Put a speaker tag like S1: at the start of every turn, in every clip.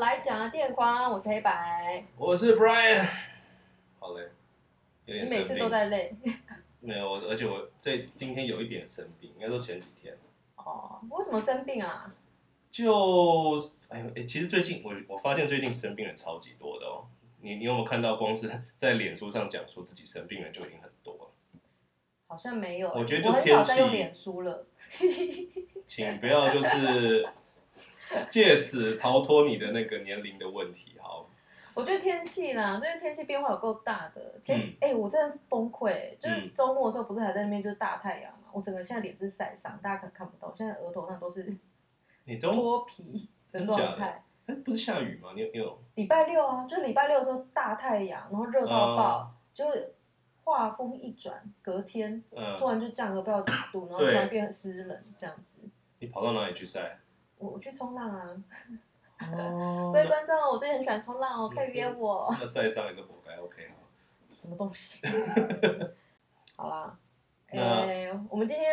S1: 来讲啊，电光，我是黑白，
S2: 我是 Brian。好嘞，有
S1: 你
S2: 点
S1: 每
S2: 生
S1: 次
S2: 病。
S1: 都在 累。
S2: 没有，我而且我这今天有一点生病，应该说前几天
S1: 哦，为什么生病啊？
S2: 就哎呦哎、其实最近我我发现最近生病人超级多的哦。你你有没有看到，光是在脸书上讲说自己生病人就已经很多了？
S1: 好像没有欸、
S2: 我觉得就
S1: 我很
S2: 天
S1: 少
S2: 气
S1: 在用脸书了。
S2: 请不要就是借此逃脱你的那个年龄的问题，好？
S1: 我觉得天气啦，最近天气变化有够大的。前
S2: 嗯
S1: 哎、我真的崩溃、就是
S2: 嗯
S1: 周末的时候不是还在那边就是大太阳嘛，我整个现在脸是晒伤，大家可能看不到，现在额头上都是
S2: 你周末
S1: 脱皮的
S2: 哦真假的
S1: 状态。
S2: 哎不是下雨吗？你有你有
S1: 礼拜六啊，就是礼拜六的时候大太阳，然后热到爆，
S2: 哦
S1: 就是画风一转，隔天
S2: 嗯、
S1: 突然就降个不知道几度，然后突
S2: 对
S1: 然变湿冷这样子。
S2: 你跑到哪里去晒？
S1: 我我去冲浪啊，
S2: 哦
S1: 各位观众，我最近很喜欢冲浪哦，
S2: 嗯
S1: 可以约我。
S2: 那晒伤也是活该，OK 好。
S1: 什么东西？ 好啦，
S2: 那
S1: 哎、我们今天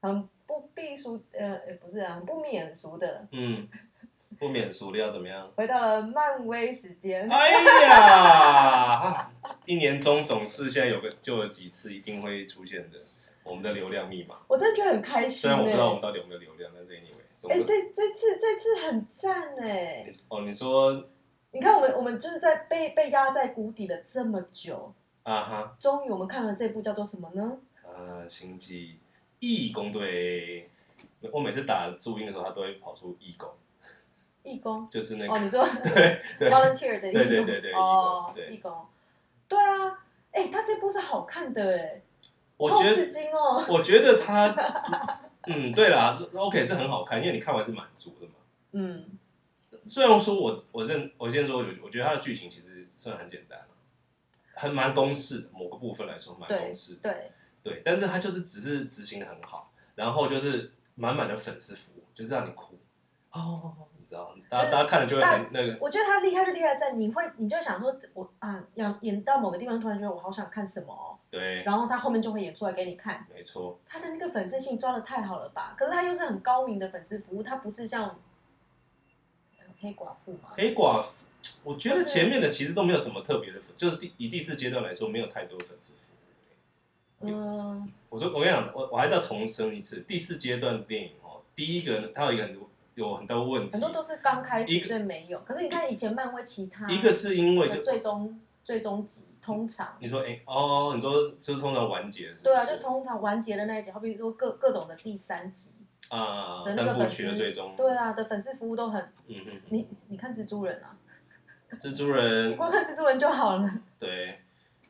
S1: 很不避俗，呃，哎不是啊，很不免俗的，
S2: 嗯，不免俗的要怎么样？
S1: 回到了漫威时间。
S2: 哎呀，一年中总是现在有个就有几次一定会出现的，我们的流量密码。
S1: 我真的觉得很开心
S2: 虽然我不知道我
S1: 哎、
S2: 们到底有没有流量，但是 anyway，总
S1: 哎、
S2: 之、
S1: 这这次这次很赞哎、
S2: 你哦，你说
S1: 你看，我们我们就是在被被压在谷底了这么久，
S2: 啊哈，
S1: 终于我们看了这部叫做什么呢？
S2: 呃，星际义工队，我每次打注音的时候，它都会跑出义工，
S1: 义工
S2: 就是那个、
S1: 哦，你说
S2: 对对
S1: volunteer 的义工，
S2: 对对对对
S1: 哦
S2: 义工，对
S1: 义工，对啊，哎，他这部是好看的哎，
S2: 我
S1: 好
S2: 觉得
S1: 吃惊哦，
S2: 我觉得它，嗯，对啦，OK 是很好看，因为你看完是满足的嘛。
S1: 嗯，
S2: 虽然说我我认我先说，我我觉得它的剧情其实算很简单了，很蛮公式的，某个部分来说蛮公式的，
S1: 对，
S2: 对但是它就是只是执行的很好，然后就是满满的粉丝服务，就是让你哭哦，你知道，
S1: 就
S2: 大家
S1: 是
S2: 大家看了就会很那个，
S1: 我觉得他厉害就厉害在你会，你就想说，我啊，演演到某个地方，突然觉得我好想看什么哦，
S2: 对，
S1: 然后他后面就会演出来给你看。
S2: 没错，
S1: 他的那个粉丝性抓的太好了吧？可是他又是很高明的粉丝服务，他不是像呃黑寡妇嘛？
S2: 黑寡妇，我觉
S1: 就
S2: 得
S1: 是
S2: 前面的其实都没有什么特别的粉，就是第以第四阶段来说，没有太多粉丝服务。
S1: 嗯，
S2: 我说我跟你讲，我我还是要重申一次，第四阶段的电影哦，第一个它有一个很多有很多问题，
S1: 很多都是刚开始
S2: 一个
S1: 所以没有。可是你看以前漫威其他
S2: 一个是因为
S1: 的
S2: 就
S1: 嗯最终最终集，通常
S2: 你说哎、哦，你说就是通常完结是不是？
S1: 对啊，就通常完结的那一集，好比说各各种的第三集，
S2: 啊、
S1: 的那个
S2: 三部
S1: 粉
S2: 曲的
S1: 丝
S2: 最终，
S1: 对，啊的粉丝服务都很。
S2: 嗯哼
S1: 你你看蜘蛛人啊，
S2: 哼，蜘蛛
S1: 你
S2: 人
S1: 光看蜘蛛人就好了。
S2: 对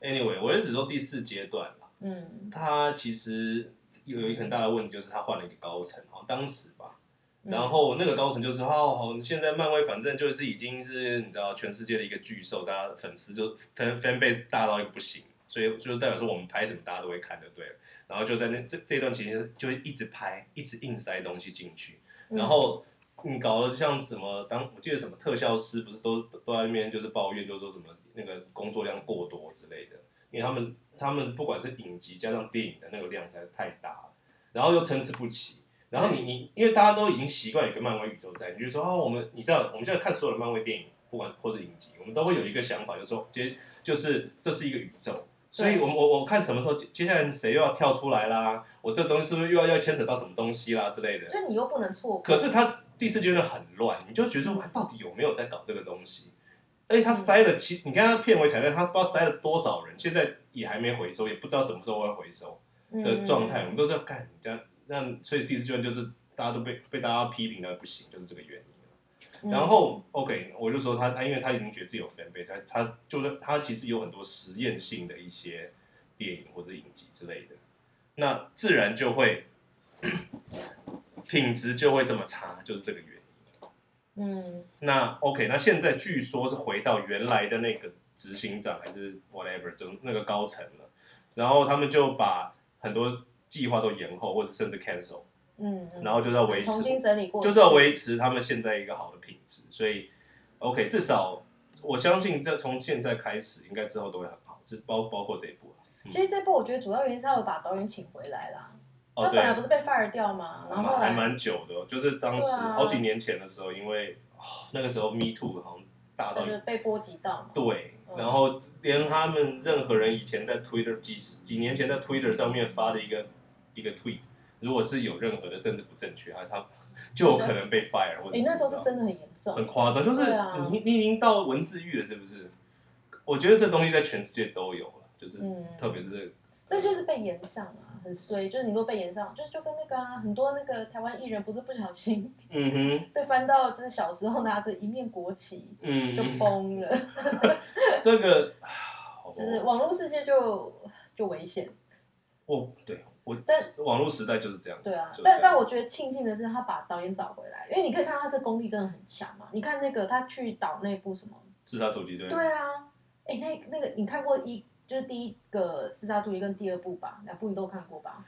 S2: ，anyway，我就只说第四阶段啦，
S1: 嗯
S2: 它其实有一个很大的问题就是它换了一个高层哦，当时吧，
S1: 嗯
S2: 然后那个高层就是哦，现在漫威反正就是已经是你知道全世界的一个巨兽，大家粉丝就 fan fan base 大到一个不行，所以就代表说我们拍什么大家都会看就对了。然后就在那这这段期间就会一直拍，一直硬塞东西进去，
S1: 嗯
S2: 然后。你搞得像什么？当我记得什么特效师不是都都在那边就是抱怨，就说什么那个工作量过多之类的，因为他们他们不管是影集加上电影的那个量实在是太大了，然后又参差不齐，然后你你因为大家都已经习惯有一个漫威宇宙在，你就说啊，我们你知道我们现在看所有的漫威电影，不管或者影集，我们都会有一个想法，就是说，接就是这是一个宇宙，所以我们我我看什么时候接接下来谁又要跳出来啦，我这东西是不是又要要牵扯到什么东西啦之类的。
S1: 就你又不能错过，
S2: 可是他第四阶段很乱，你就觉得说哇到底有没有在搞这个东西？而且他塞了其，你看他片尾彩蛋，他不知道塞了多少人，现在也还没回收，也不知道什么时候会回收。的
S1: 嗯
S2: 状态，我们都是要干这样，那所以第四阶段就是大家都被被大家批评的不行，就是这个原因。
S1: 嗯
S2: 然后 OK，我就说他，他因为他已经觉得自己有 fan base，他他就是他其实有很多实验性的一些电影或者影集之类的，那自然就会 品质就会这么差，就是这个原因。
S1: 嗯，嗯
S2: 那 OK，那现在据说是回到原来的那个执行长还是 whatever，就那个高层了。然后他们就把很多计划都延后，或者甚至 cancel，
S1: 嗯，嗯
S2: 然后就是要维持，
S1: 重新整理过，
S2: 就是要维持他们现在一个好的品质。所以 OK，至少我相信这从现在开始，应该之后都会很好，这包包括这一步了。
S1: 其实这部我觉得主要原因是他有把导演请回来啦，
S2: 哦，
S1: 他本
S2: 对，哦
S1: 来不是被 fire 掉吗？然后后
S2: 还
S1: 来
S2: 哦蛮久的，就是当时
S1: 对啊
S2: 好几年前的时候，因为哦那个时候 Me Too 好像大到
S1: 就是被波及到嘛。
S2: 对
S1: 嗯，
S2: 然后连他们任何人以前在 Twitter 几十几年前在 Twitter 上面发的一个一个 tweet，如果是有任何的政治不正确，他他就有可能被 fire 或者
S1: 哎、那时候是
S2: 怎么样
S1: 真的很严重，
S2: 很夸张，就是
S1: 对啊
S2: 你你已经到文字狱了，是不是？我觉得这东西在全世界都有了，就是
S1: 嗯，
S2: 特别是
S1: 这就是被延上啊，很衰。就是你如果被延上，就就跟那个啊，很多那个台湾艺人不是不小心
S2: 嗯哼
S1: 被翻到，就是小时候拿着一面国旗
S2: 嗯
S1: 就疯了，
S2: 这个，啊
S1: 就是
S2: 我
S1: 网络世界就就危险。
S2: 我对我
S1: 但
S2: 网络时代就是这样子，
S1: 对啊
S2: 就是，这样
S1: 但但我觉得庆幸的是，他把导演找回来，因为你可以看到他这功力真的很强嘛。你看那个他去导那部什么，
S2: 自杀突击队，
S1: 对啊，哎、那那个你看过一就是第一个《自杀主义》跟第二部吧，两部你都看过吧？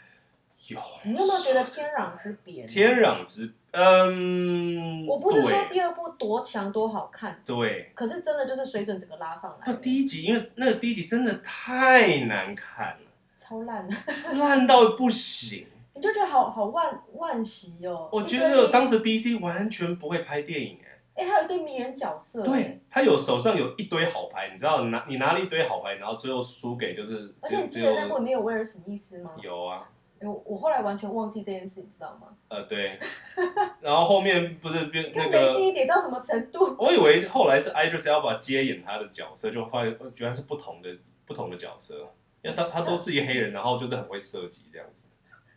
S2: 有
S1: 你有没有觉得天壤之别？
S2: 天，壤之嗯，
S1: 我不是说
S2: 对
S1: 第二部多强多好看，
S2: 对，
S1: 可是真的就是水准整个拉上来
S2: 那
S1: 了，
S2: 第一集因为那个第一集真的太难看了，
S1: 超烂的，
S2: 烂到不行。
S1: 你就觉得好好万万喜哦。
S2: 我觉
S1: 一堆
S2: 得当时 DC 完全不会拍电影哎、
S1: 哎、还有一堆迷人角色，哎
S2: 对，他有手上有一堆好牌，你知道拿你拿了一堆好牌，然后最后输给就是
S1: 而且
S2: 只
S1: 你
S2: 只
S1: 记得那部里
S2: 有
S1: 面有威尔史密斯吗？
S2: 有啊，
S1: 哎、我我后来完全忘记这件事，你知道吗？
S2: 呃对，然后后面不是变那
S1: 看没
S2: 个。
S1: 记忆点到什么程度？
S2: 我以为后来是 Idris Elba 接演他的角色，就发现呃居然是不同的不同的角色，因为他他都是一黑人，然后就是很会设计这样子。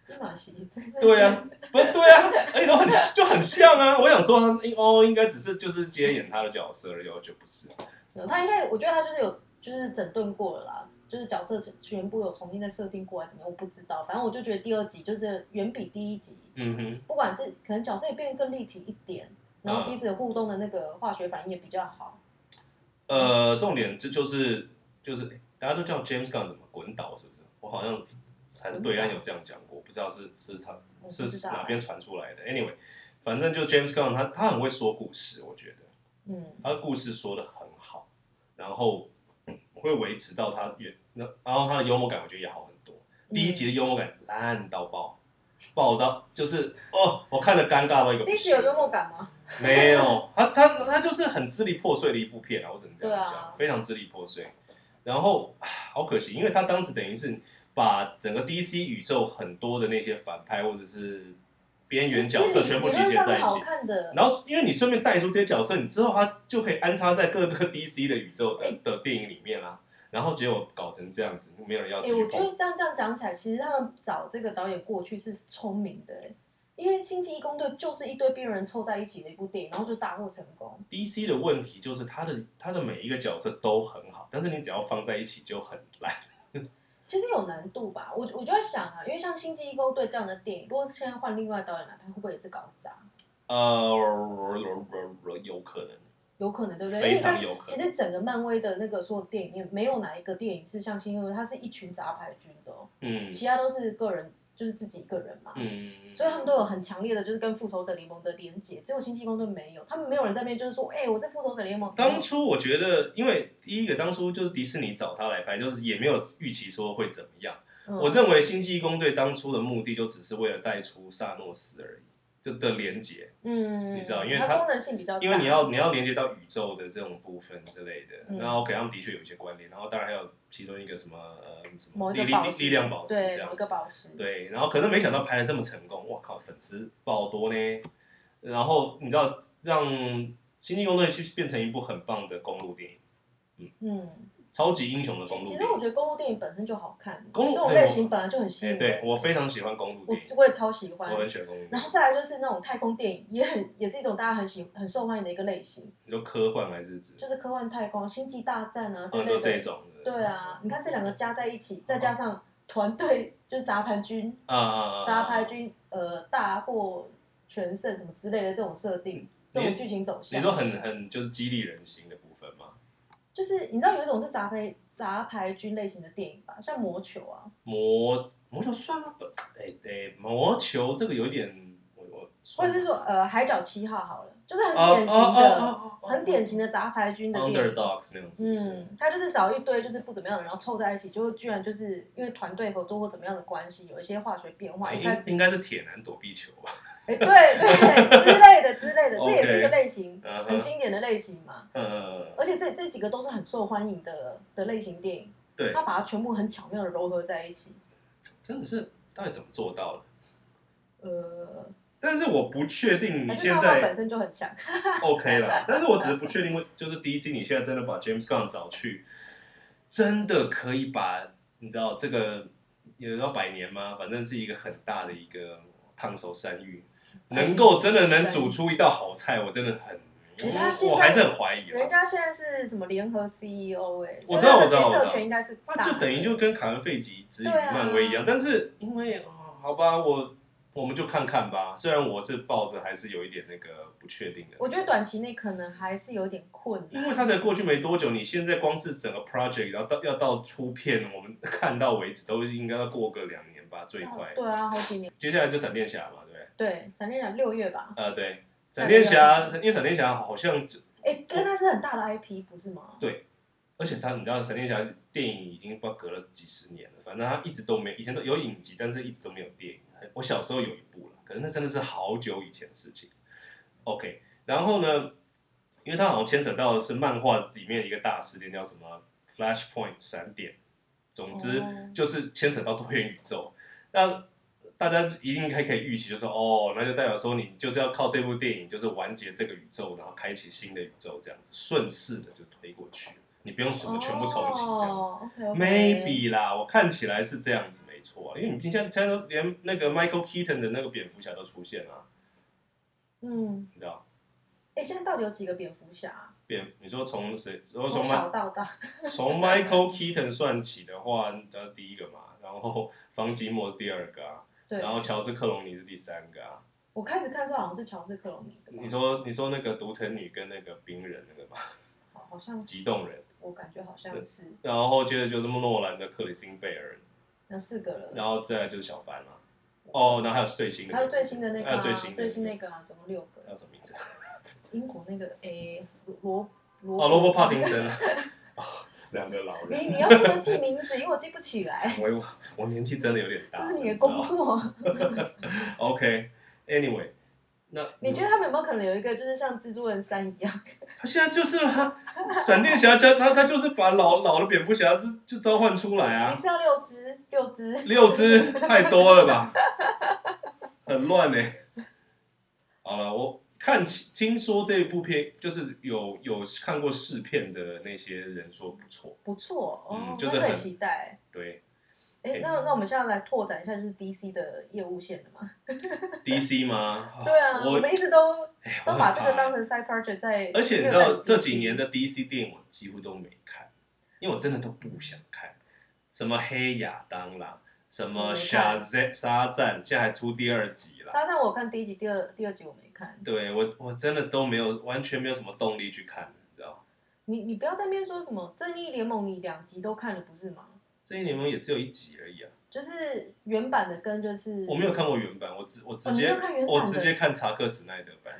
S1: 伊玛西，
S2: 对啊，不是对啊，而且都很就很像啊。我想说他应哦，应该只是就是接演他的角色而已，我觉得不是。
S1: 没有他应该，我觉得他就是有就是整顿过了啦，就是角色全部有重新再设定过来，怎么样我不知道。反正我就觉得第二集就是远比第一集，
S2: 嗯哼，
S1: 不管是可能角色也变得更立体一点，然后
S2: 嗯
S1: 彼此互动的那个化学反应也比较好。
S2: 呃，重点这就是就是大家都叫 James Gunn 怎么滚倒，是不是？我好像还是对岸有这样讲过，不知道是是他
S1: 我不知道啊欸
S2: 是啊哪边传出来的。Anyway，反正就 James Gunn 他他很会说故事，我觉得。
S1: 嗯，
S2: 他的故事说的很好，然后嗯会维持到他原，那然后他的幽默感我觉得也好很多。
S1: 嗯
S2: 第一集的幽默感烂到爆，爆到就是哦，我看着尴尬到一个。
S1: 嗯第一集有幽默？感吗？
S2: 没有，他他他就是很支离破碎的一部片啊，我只能这样
S1: 对
S2: 讲，
S1: 啊
S2: 非常支离破碎。然后唉好可惜，因为他当时等于是把整个 DC 宇宙很多的那些反派或者是边缘角色全部集
S1: 理论
S2: 结
S1: 上
S2: 在
S1: 是
S2: 一
S1: 好
S2: 起。
S1: 看的。
S2: 然后，因为你顺便带出这些角色，你之后他就可以安插在各个 DC 的宇宙的
S1: 哎
S2: 的电影里面啦、啊然后结果搞成这样子，没有人要
S1: 哎、
S2: 继续
S1: 我觉
S2: 碰。
S1: 得这样这样讲起来，其实他们找这个导演过去是聪明的、哎，因为《星际义工队》就是一堆边缘人凑在一起的一部电影，然后就大获成功。
S2: DC 的问题就是他的他的每一个角色都很好，但是你只要放在一起就很烂。
S1: 其实有难度吧，我我就在想啊，因为像《星际义工队》这样的电影，如果现在换另外导演来拍，会不会也是搞砸？
S2: 呃，有可能。
S1: 有可能，对不对？
S2: 非常
S1: 因为
S2: 有
S1: 它
S2: 可
S1: 其
S2: 能
S1: 实整个漫威的那个所有电影里面，没有哪一个电影是像《星际义工队》，它是一群杂牌军的哦、
S2: 嗯
S1: 其他都是个人，就是自己一个人嘛。
S2: 嗯，
S1: 所以他们都有很强烈的，就是跟复仇者联盟的连结，只有星际工队没有，他们没有人在那边就是说，哎、我是复仇者联盟。嗯
S2: 当初我觉得，因为第一个当初就是迪士尼找他来拍，就是也没有预期说会怎么样。
S1: 嗯
S2: 我认为《星际义工队》当初的目的就只是为了带出萨诺斯而已，就的连接，
S1: 嗯，
S2: 你知道因为
S1: 它
S2: 它
S1: 功能性比较大，
S2: 因为你要你要连接到宇宙的这种部分之类的，
S1: 嗯
S2: 然后给他们的确有一些关联，然后当然还有其中一个什么呃什
S1: 某
S2: 么
S1: 一
S2: 力
S1: 个
S2: 力
S1: 宝
S2: 力
S1: 石
S2: 力量宝石这
S1: 对
S2: 样
S1: 某一
S2: 子
S1: 个，宝石，
S2: 对，然后可是没想到拍的这么成功，哇靠，粉丝爆多呢，然后你知道让《星际工队》去变成一部很棒的公路电影，
S1: 嗯，
S2: 超级英雄的公
S1: 其
S2: 路
S1: 其
S2: 电
S1: 实我
S2: 影，
S1: 觉得公路电影本身就好看，
S2: 公路
S1: 这种类型本来就很吸
S2: 哎，
S1: 引
S2: 对
S1: 人，
S2: 我非常喜欢公路
S1: 我
S2: 电影，
S1: 我也超喜欢
S2: 我。很喜欢公路电
S1: 然
S2: 影
S1: 后，再来就是那种太空电影，也很也是一种大家很喜很受欢迎的一个类型，
S2: 你说科幻还是指？
S1: 就是科幻太空、星际大战啊这
S2: 很
S1: 类
S2: 多哦这一
S1: 的。
S2: 种嗯的。
S1: 对啊，你看这两个加在一起，再加上团队就是杂牌军，
S2: 啊啊啊！
S1: 杂牌。军呃大获全胜什么之类的这种设定，这种剧情走向，
S2: 嗯你说很很就是激励人心的部分吗？
S1: 就是你知道有一种是杂牌杂牌军类型的电影吧，像魔球啊，
S2: 魔魔球算吗？不，哎对，魔球这个有点我我。
S1: 或
S2: 算
S1: 者
S2: 吗
S1: 是说呃海角七号好了，就是很
S2: 哦
S1: 典型
S2: 哦
S1: 的、
S2: 哦哦哦
S1: 很典型的杂牌军的电影。
S2: underdogs 那种，是不是？
S1: 嗯，他就是找一堆就是不怎么样的人，然后凑在一起，就会居然就是因为团队合作或怎么样的关系，有一些化学变化，
S2: 哎
S1: 应该
S2: 应应该是铁男躲避球吧？
S1: 哎，对对对，之类的之 类的，这也是一个
S2: OK
S1: 类型，
S2: 嗯
S1: 很
S2: 哼，
S1: 经典的类型嘛。
S2: 呃，
S1: 而且这这几个都是很受欢迎的的类型电影，
S2: 对
S1: 他把它全部很巧妙的糅合在一起。
S2: 真的是到底怎么做到的？
S1: 呃，
S2: 但是我不确定你
S1: 还是
S2: 现
S1: 漫画
S2: 在
S1: 本身就很强，
S2: OK 啦，但是我只是不确定，就是 DC 你现在真的把 James Gunn 找去，真的可以把你知道这个也要百年吗？反正是一个很大的一个烫手山芋，能够真的能煮出一道好菜，我真的很，
S1: 人家现在
S2: 我还是很怀疑
S1: 人
S2: 啦。
S1: 家现在是什么联合 CEO 哎、
S2: 我
S1: 所以
S2: 知道
S1: 他
S2: 我
S1: 的
S2: 知道
S1: 决
S2: 我知道
S1: 策权应该是大
S2: 那
S1: 的，
S2: 就等于就跟凯文·费吉指引
S1: 对啊
S2: 漫威一样，但是因为啊、好吧，我我们就看看吧。虽然我是抱着还是有一点那个不确定的，
S1: 我觉得短期内可能还是有点困难，
S2: 因为他才过去没多久，你现在光是整个 project 要到要到出片，我们 看到为止都应该要过个两年吧，最快。
S1: 对啊，好几年，
S2: 接下来就闪电侠嘛，对不对？
S1: 对，闪电侠六月吧，
S2: 呃，对，闪
S1: 闪
S2: 电
S1: 电
S2: 侠，
S1: 侠
S2: 因为闪电侠好像，
S1: 哎、跟他是很大的 IP 不是吗？
S2: 而且他你知道闪电侠电影已经不知道隔了几十年了，反正他一直都没，以前都有影集，但是一直都没有电影。我小时候有一部了，可是那真的是好久以前的事情。OK，然后呢，因为他好像牵扯到的是漫画里面一个大事件，叫什么 Flashpoint 闪点，总之。
S1: 哦
S2: 就是牵扯到多元宇宙。那大家一定还可以预期，就说哦，那就代表说你就是要靠这部电影，就是完结这个宇宙，然后开启新的宇宙，这样子顺势的就推过去，你不用什么全部重启这样子。
S1: 哦，OK，OK
S2: Maybe 啦，我看起来是这样子，没错、啊。因为你现在现在都连那个 Michael Keaton 的那个蝙蝠侠都出现了、
S1: 嗯，
S2: 你知道？
S1: 哎、现在到底有几个蝙蝠侠啊？
S2: 蝙，你说从谁？从
S1: 从
S2: 从
S1: 小
S2: Mi-
S1: 到大，
S2: 从 Michael Keaton 算起的话，呃，第一个嘛，然后方吉莫是第二个啊，
S1: 对，
S2: 然后乔治克隆尼是第三个啊。
S1: 我开始看的时候好像是乔治克隆尼的吧，
S2: 你说你说那个独藤女跟那个冰人那个嘛，
S1: 好，好像
S2: 激动人，
S1: 我感觉好像是
S2: 然后接着就是诺兰的克里斯汀贝尔，
S1: 那四个了，
S2: 然后再来就是小班嘛、哦，然后还有最新的，
S1: 还有最新的那个、
S2: 还
S1: 啊，
S2: 有最新的
S1: 最新那个啊，总共六个。
S2: 叫什么名字？
S1: 英国那个诶罗罗
S2: 哦，罗伯·帕。廷森啊，哦两个老
S1: 你
S2: 人，
S1: 你要负责记名字，因为我记不起 来，
S2: 我我年纪真的有点大，
S1: 这是你的工
S2: 知道
S1: 作。
S2: OK，Anyway，、那
S1: 你觉得他们有没有可能有一个，就是像蜘蛛人三一样？
S2: 他现在就是他闪电侠加他他就是把老老的蝙蝠侠就就召唤出来啊
S1: 你，是要六只，六只。
S2: 六只太多了吧，很乱呢、好了，我看起听说这部片就是有有看过试片的那些人说不错，
S1: 不错哦，
S2: 嗯就
S1: 那
S2: 是
S1: 可以
S2: 很
S1: 期待。
S2: 对
S1: 哎，那那我们现在来拓展一下，就是 DC 的业务线了嘛？
S2: DC 吗？
S1: 对啊，
S2: 哦我
S1: 我们一直都
S2: 哎
S1: 都
S2: 我很
S1: 把这个
S2: 怕
S1: 当成 side project 在。
S2: 而且你知道这几年，的 DC 电影我几乎都没看，因为我真的都不想看，什么黑亚当啦，什么
S1: 我没
S2: 沙
S1: 看
S2: 赞沙赞，现在还出第二集啦。
S1: 沙赞我看第一集、第二第二集我没看。
S2: 对我我真的都没有完全没有什么动力去看，你知道吗。
S1: 你你不要在那边说什么正义联盟，你两集都看了不是吗？
S2: 正义联盟也只有一集而已啊，
S1: 就是原版的跟就是
S2: 我没有看过原版，我直我直
S1: 哦你
S2: 接、
S1: 没有看原版的
S2: 我直接看查克史奈德版，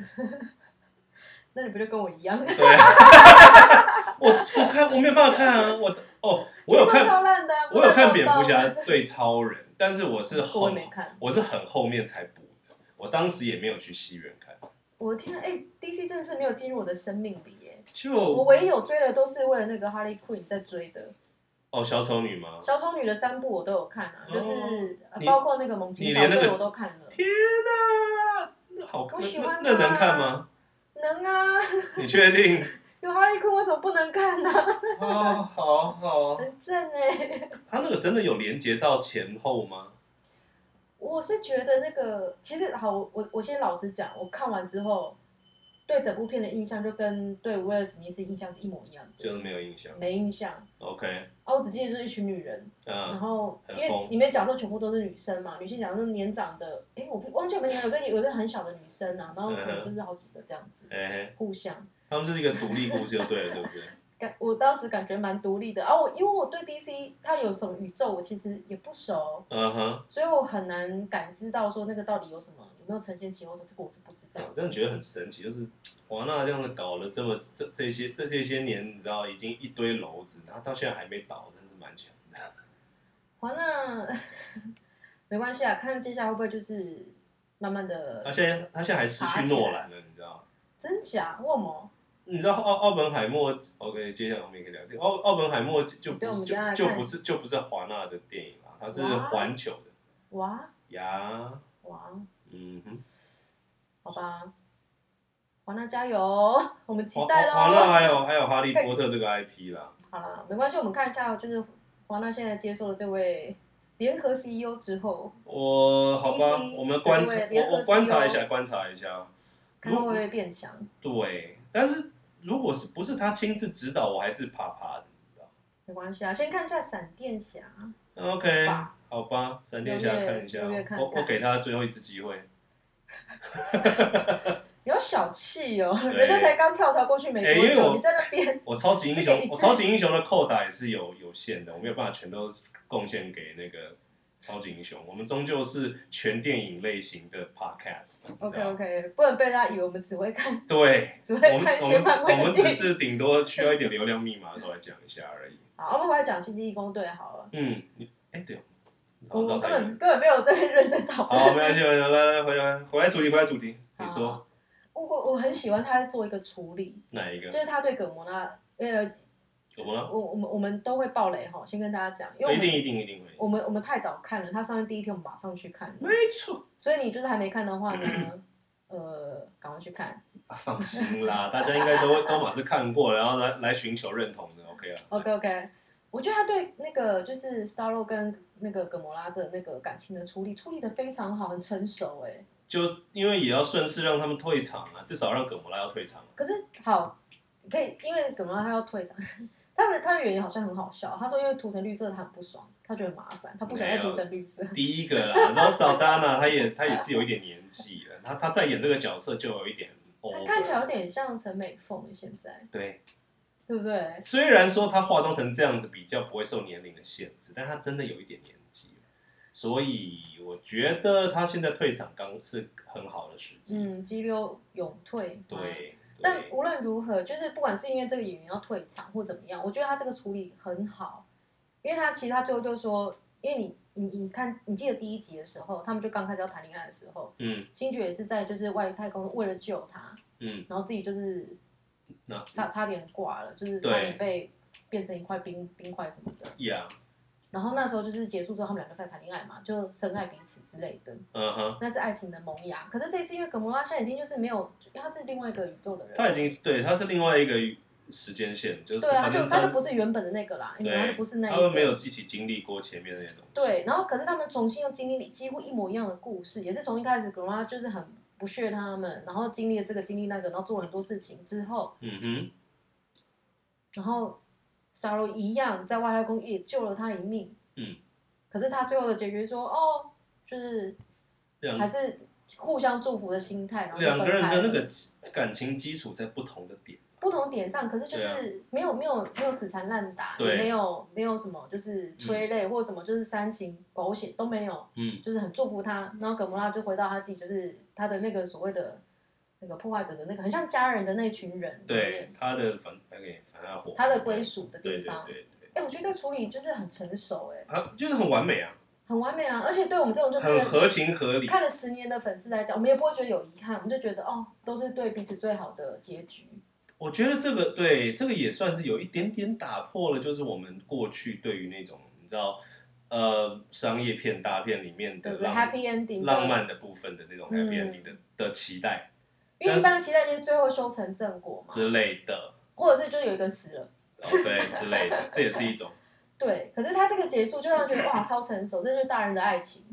S1: 那你不就跟我一样？
S2: 对啊，我我看我没有办法看啊，我哦我 有
S1: 那
S2: 看
S1: 超烂的啊、
S2: 我有看
S1: 那
S2: 蝙蝠侠
S1: 超
S2: 对超人，但是我是
S1: 棒，我也
S2: 很
S1: 没看。
S2: 我是很后面才补的，我当时也没有去戏院看，
S1: 我的天啊，哎、d c 真的是没有进入我的生命里耶。我
S2: 就
S1: 唯一有追的都是为了那个 Harley Quinn 在追的。
S2: 哦小丑女吗？
S1: 小丑女的三部我都有看啊，
S2: 哦
S1: 就是、呃
S2: 你
S1: 包括那个猛禽
S2: 你
S1: 小
S2: 连那
S1: 队
S2: 个
S1: 我都看了。
S2: 天哪、那好
S1: 我喜
S2: 那
S1: 欢
S2: 那那
S1: 她
S2: 能看吗？
S1: 能啊，
S2: 你确定？
S1: 有 Harley Quinn 为什么不能看呢、
S2: 哦，好好，
S1: 很正哎。
S2: 他那个真的有连接到前后吗？
S1: 我是觉得那个，其实好，我我我先老实讲，我看完之后，对整部片的印象就跟对威尔史密斯印象是一模一样
S2: 就
S1: 的，
S2: 是没有印象。
S1: 没印象。
S2: OK，
S1: 啊，我只记得就是一群女人，然
S2: 嗯，
S1: 后
S2: 很
S1: 因
S2: 疯
S1: 为里面角色全部都是女生嘛，女性角色是年长的，哎、我不忘记我们有个有一个很小的女生啊，然后可能就是好几个这样子，
S2: 嗯哎、嘿
S1: 互相。
S2: 他们是一个独立故事就对了，对不对？
S1: 感我当时感觉蛮独立的，啊，我因为我对 DC 它有什么宇宙我其实也不熟，
S2: 嗯哼，
S1: 所以我很难感知到说那个到底有什么有没有呈现其后什么，这个我是不知道
S2: 哎我。真的觉得很神奇，就是华纳这样子搞了这么这这些这这些年，你知道已经一堆篓子，然后到现在还没倒，真是蛮强的。
S1: 好，那没关系啊，看接下来会不会就是慢慢的
S2: 他，现在他现在还失去诺兰了，你知道吗？
S1: 真假？为什么？
S2: 你知道奥奥本海默？OK，接下来我们也可以聊天。奥奥本海默就
S1: 对
S2: 不
S1: 我
S2: 是
S1: 们
S2: 就
S1: 等一下来
S2: 就
S1: 看
S2: 不是就不是华纳的电影啦，它是
S1: 哇
S2: 环球的
S1: 哇
S2: 呀。
S1: 哇，
S2: 嗯哼，
S1: 好吧，华纳加油，我们期
S2: 华
S1: 待
S2: 华纳
S1: 喽。
S2: 还有还有哈利波特这个 IP 啦。
S1: 好啦，没关系，我们看一下，就是华纳现在接受了这位联合 CEO 之后，
S2: 我好吧
S1: DC，
S2: 我们观察
S1: 对对联合
S2: 我我观察
S1: CEO
S2: 一下观察一下。
S1: 看看
S2: 如
S1: 会不会变强。
S2: 对，但是如果是不是他亲自指导，我还是怕怕的，你知道吗
S1: 没关系啊，先看一下闪电侠。
S2: OK，
S1: 吧
S2: 好吧，闪电侠
S1: 六月
S2: 看一下，
S1: 六月看
S2: 我我
S1: 看
S2: 给他最后一次机会。
S1: 你好小气哦！
S2: 对
S1: 人家才刚跳槽过去没
S2: 哎因
S1: 多
S2: 为
S1: 久，
S2: 我
S1: 你在那边
S2: 我超级英
S1: 这个一
S2: 雄，
S1: 次
S2: 我超级英雄的扣打也是有有限的，我没有办法全都贡献给那个超级英雄。我们终究是全电影类型的 podcast，你知
S1: OK
S2: 道
S1: OK，不能被大家以为我们只会看，
S2: 对，
S1: 只
S2: 我
S1: 会
S2: 们
S1: 看一
S2: 我
S1: 些
S2: 们只
S1: 漫
S2: 我
S1: 威的
S2: 们只
S1: 电影。
S2: 是顶多需要一点流量密码的时候来讲一下而已。
S1: 好，我们回来讲《星际义工队》好了，
S2: 嗯，你哎对
S1: 我
S2: 哦，绕
S1: 们
S2: 太
S1: 根
S2: 远啊
S1: 本根本没有在认真讨
S2: 好，
S1: 论。
S2: 没关系，没关系来来回来回来主题，回来主题，你说
S1: 好我我我很喜欢他做一个处理，
S2: 哪一个
S1: 就？是他对葛摩拉，呃，
S2: 怎么了？
S1: 我我们我们都会爆雷哈，先跟大家讲，因为
S2: 一
S1: 我
S2: 定
S1: 们
S2: 一定一定会，
S1: 我们我们太早看了，他上映第一天我们马上去看了，
S2: 没错。
S1: 所以你就是还没看的话呢，呃，赶快去看。
S2: 啊放心啦，大家应该都都马是看过，然后来来寻求认同的，OK 啦。
S1: OK OK，我觉得他对那个就是 Starro 跟那个葛摩拉的那个感情的处理，处理的非常好，很成熟哎。
S2: 就因为也要顺势让他们退场啊，至少让葛摩拉要退场啊。
S1: 可是好，你可以因为葛摩拉他要退场， 他的他的原因好像很好笑，他说因为涂成绿色他很不爽，他觉得很麻烦，他不想再涂成绿色。
S2: 第一个啦，然后 d 达娜她也她也是有一点年纪了，她她在演这个角色就有一点
S1: 他
S2: over。
S1: 看起来有点像陈美凤欸现在，
S2: 对，
S1: 对不对？
S2: 虽然说她化妆成这样子比较不会受年龄的限制，但她真的有一点年纪了，所以我觉得她现在退场刚是很好的时机。
S1: 嗯，激流勇退。
S2: 对，。对
S1: 但无论如何，就是不管是因为这个演员要退场或怎么样，我觉得他这个处理很好，因为他其实他最后就说，因为你你你看，你记得第一集的时候，他们就刚开始要谈恋爱的时候，
S2: 嗯
S1: 星爵也是在就是外太空为了救他，
S2: 嗯，
S1: 然后自己就是
S2: 那
S1: 差差点挂了，就是
S2: 嗯对
S1: 差点被变成一块冰冰块什么的。
S2: 呀，
S1: 然后那时候就是结束之后，他们俩就开始谈恋爱嘛，就深爱彼此之类的，
S2: 嗯哼，
S1: 那是爱情的萌芽。可是这一次因为葛摩拉现在已经就是没有，他是另外一个宇宙的人，
S2: 她已经是对她是另外一个时间线，就是
S1: 对啊，他
S2: 反
S1: 就
S2: 正
S1: 他就
S2: 她
S1: 不是原本的那个啦，
S2: 对，
S1: 然后就不是那
S2: 他们
S1: 一
S2: 没有
S1: 个。
S2: 一起经历过前面那些东西。
S1: 对，然后可是他们重新又经历了几乎一模一样的故事，也是从一开始，葛拉就是很不屑他们，然后经历了这个，经历那个，然后做了很多事情之后，
S2: 嗯哼，
S1: 然后沙罗一样在外太空也救了他一命。
S2: 嗯。
S1: 可是他最后的结局说，哦，就是还
S2: 两
S1: 是互相祝福的心态，然后就
S2: 两个
S1: 分
S2: 人
S1: 开
S2: 的
S1: 了
S2: 那个基感情基础在不同的点。
S1: 不同点上，可是就
S2: 对啊
S1: 是没有、没有没有死缠烂打，也
S2: 对
S1: 没有没有什么就是催泪、或者什么就是煽情狗血都没有，
S2: 嗯，
S1: 就是很祝福他。然后葛莫拉就回到他自己，就是他的那个所谓的那个破坏者的那个很像家人的那群人，
S2: 对，，他的反那个反派火，
S1: 他的归属的
S2: 对
S1: 地
S2: 对
S1: 方。
S2: 对对，
S1: 哎、我觉得这处理就是很成熟、哎，
S2: 他就是很完美啊，
S1: 很完美啊！而且对我们这种就
S2: 很
S1: 是
S2: 合情合理。
S1: 看了十年的粉丝来讲，我们也不会觉得有遗憾，我们就觉得哦，都是对彼此最好的结局。
S2: 我觉得这个对这个也算是有一点点打破了，就是我们过去对于那种你知道。呃，商业片、大片里面
S1: 对
S2: 的
S1: 不对
S2: 浪
S1: ？Happy ending，嗯
S2: 浪
S1: 对
S2: 漫的部分的那种 happy ending 的、的期待
S1: 因为一般的期待就是最后修成正果嘛，
S2: 之类 的，
S1: 或者是就是有一个人死了，
S2: 哦，对之类的，这也是一种。
S1: 对。可是他这个结束就让人觉得哇，超成熟，这就是大人的爱情。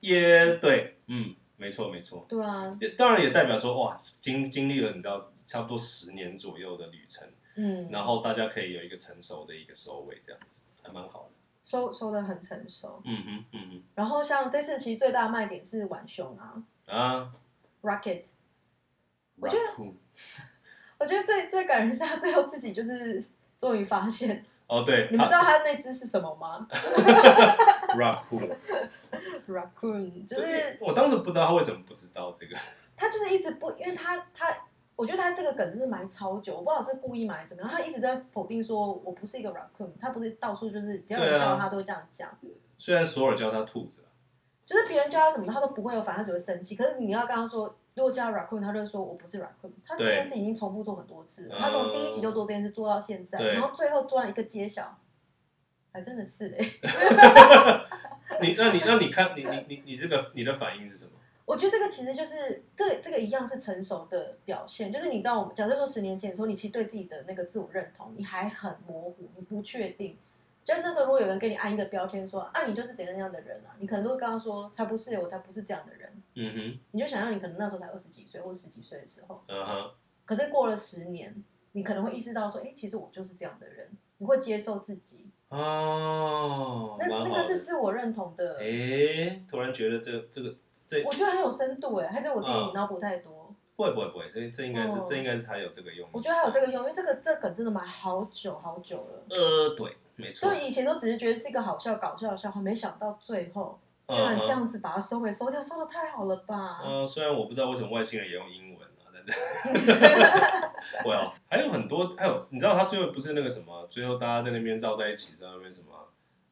S2: 也对，嗯，没错没错，
S1: 对啊，
S2: 也当然也代表说哇，经经历了你知道差不多十年左右的旅程，
S1: 嗯，
S2: 然后大家可以有一个成熟的一个收尾，这样子还蛮好的。
S1: 收收的很成熟。
S2: 嗯哼嗯
S1: 然后像这次其实最大的卖点是晚熊啊
S2: 哼啊，
S1: ，Rocket，我觉得
S2: Raccoon
S1: 我觉得最最感人是他最后自己就是终于发现，
S2: 哦对，
S1: 你们知道他那只是什么吗
S2: r a c c o o n
S1: ？Raccoon，就是
S2: 我当时不知道他为什么不知道这个，
S1: 他就是一直不，因为他他。我觉得他这个梗真的埋超久，我不知道是故意埋还是怎么样。他一直在否定说，我不是一个 raccoon，他不是到处就是只要有人
S2: 对啊
S1: 教他都会这样讲。
S2: 虽然索尔叫他兔子，啊
S1: 就是别人叫他什么，他都不会有反应，他只会生气。可是你要跟他说，如果叫他 raccoon，他就说我不是 raccoon。他这
S2: 对
S1: 件事已经重复做很多次了，
S2: 嗯
S1: 他从第一集就做这件事做到现在，
S2: 对
S1: 然后最后突然一个揭晓，还真的是哎、
S2: 你那你那你看你你你你这个你的反应是什么？
S1: 我觉得这个其实就是这个这个一样是成熟的表现，就是你知道，我们假设说十年前的时候，你其实对自己的那个自我认同你还很模糊，你不确定。就是那时候，如果有人给你按一个标签说啊，你就是怎样怎样的人啊，你可能都会跟他说，才不是，哦我才不是这样的人。
S2: 嗯哼，
S1: 你就想象你可能那时候才二十几岁或十几岁的时候，
S2: 嗯哼，
S1: 可是过了十年，你可能会意识到说，哎、其实我就是这样的人，你会接受自己，
S2: 哦，
S1: 那
S2: 蛮好
S1: 那
S2: 的
S1: 个是自我认同的，
S2: 诶，突然觉得这个这个这
S1: 我觉得很有深度哎、还是我自己
S2: 嗯
S1: 脑补太多。
S2: 不会不会不会，这这应该是、
S1: 哦
S2: 这应该是还有这个用意。
S1: 我觉得还有这个用，因为这个这个梗真的买好久好久了，
S2: 呃，对，没错
S1: 所，以以前都只是觉得是一个好笑搞笑的笑话，没想到最后居然这样子把它收回收掉，收的太好了吧？
S2: 嗯嗯、呃虽然我不知道为什么外星人也用英文啊，但是，Well，还有很多，还有你知道他最后不是那个什么，最后大家在那边绕在一起，在那边什么，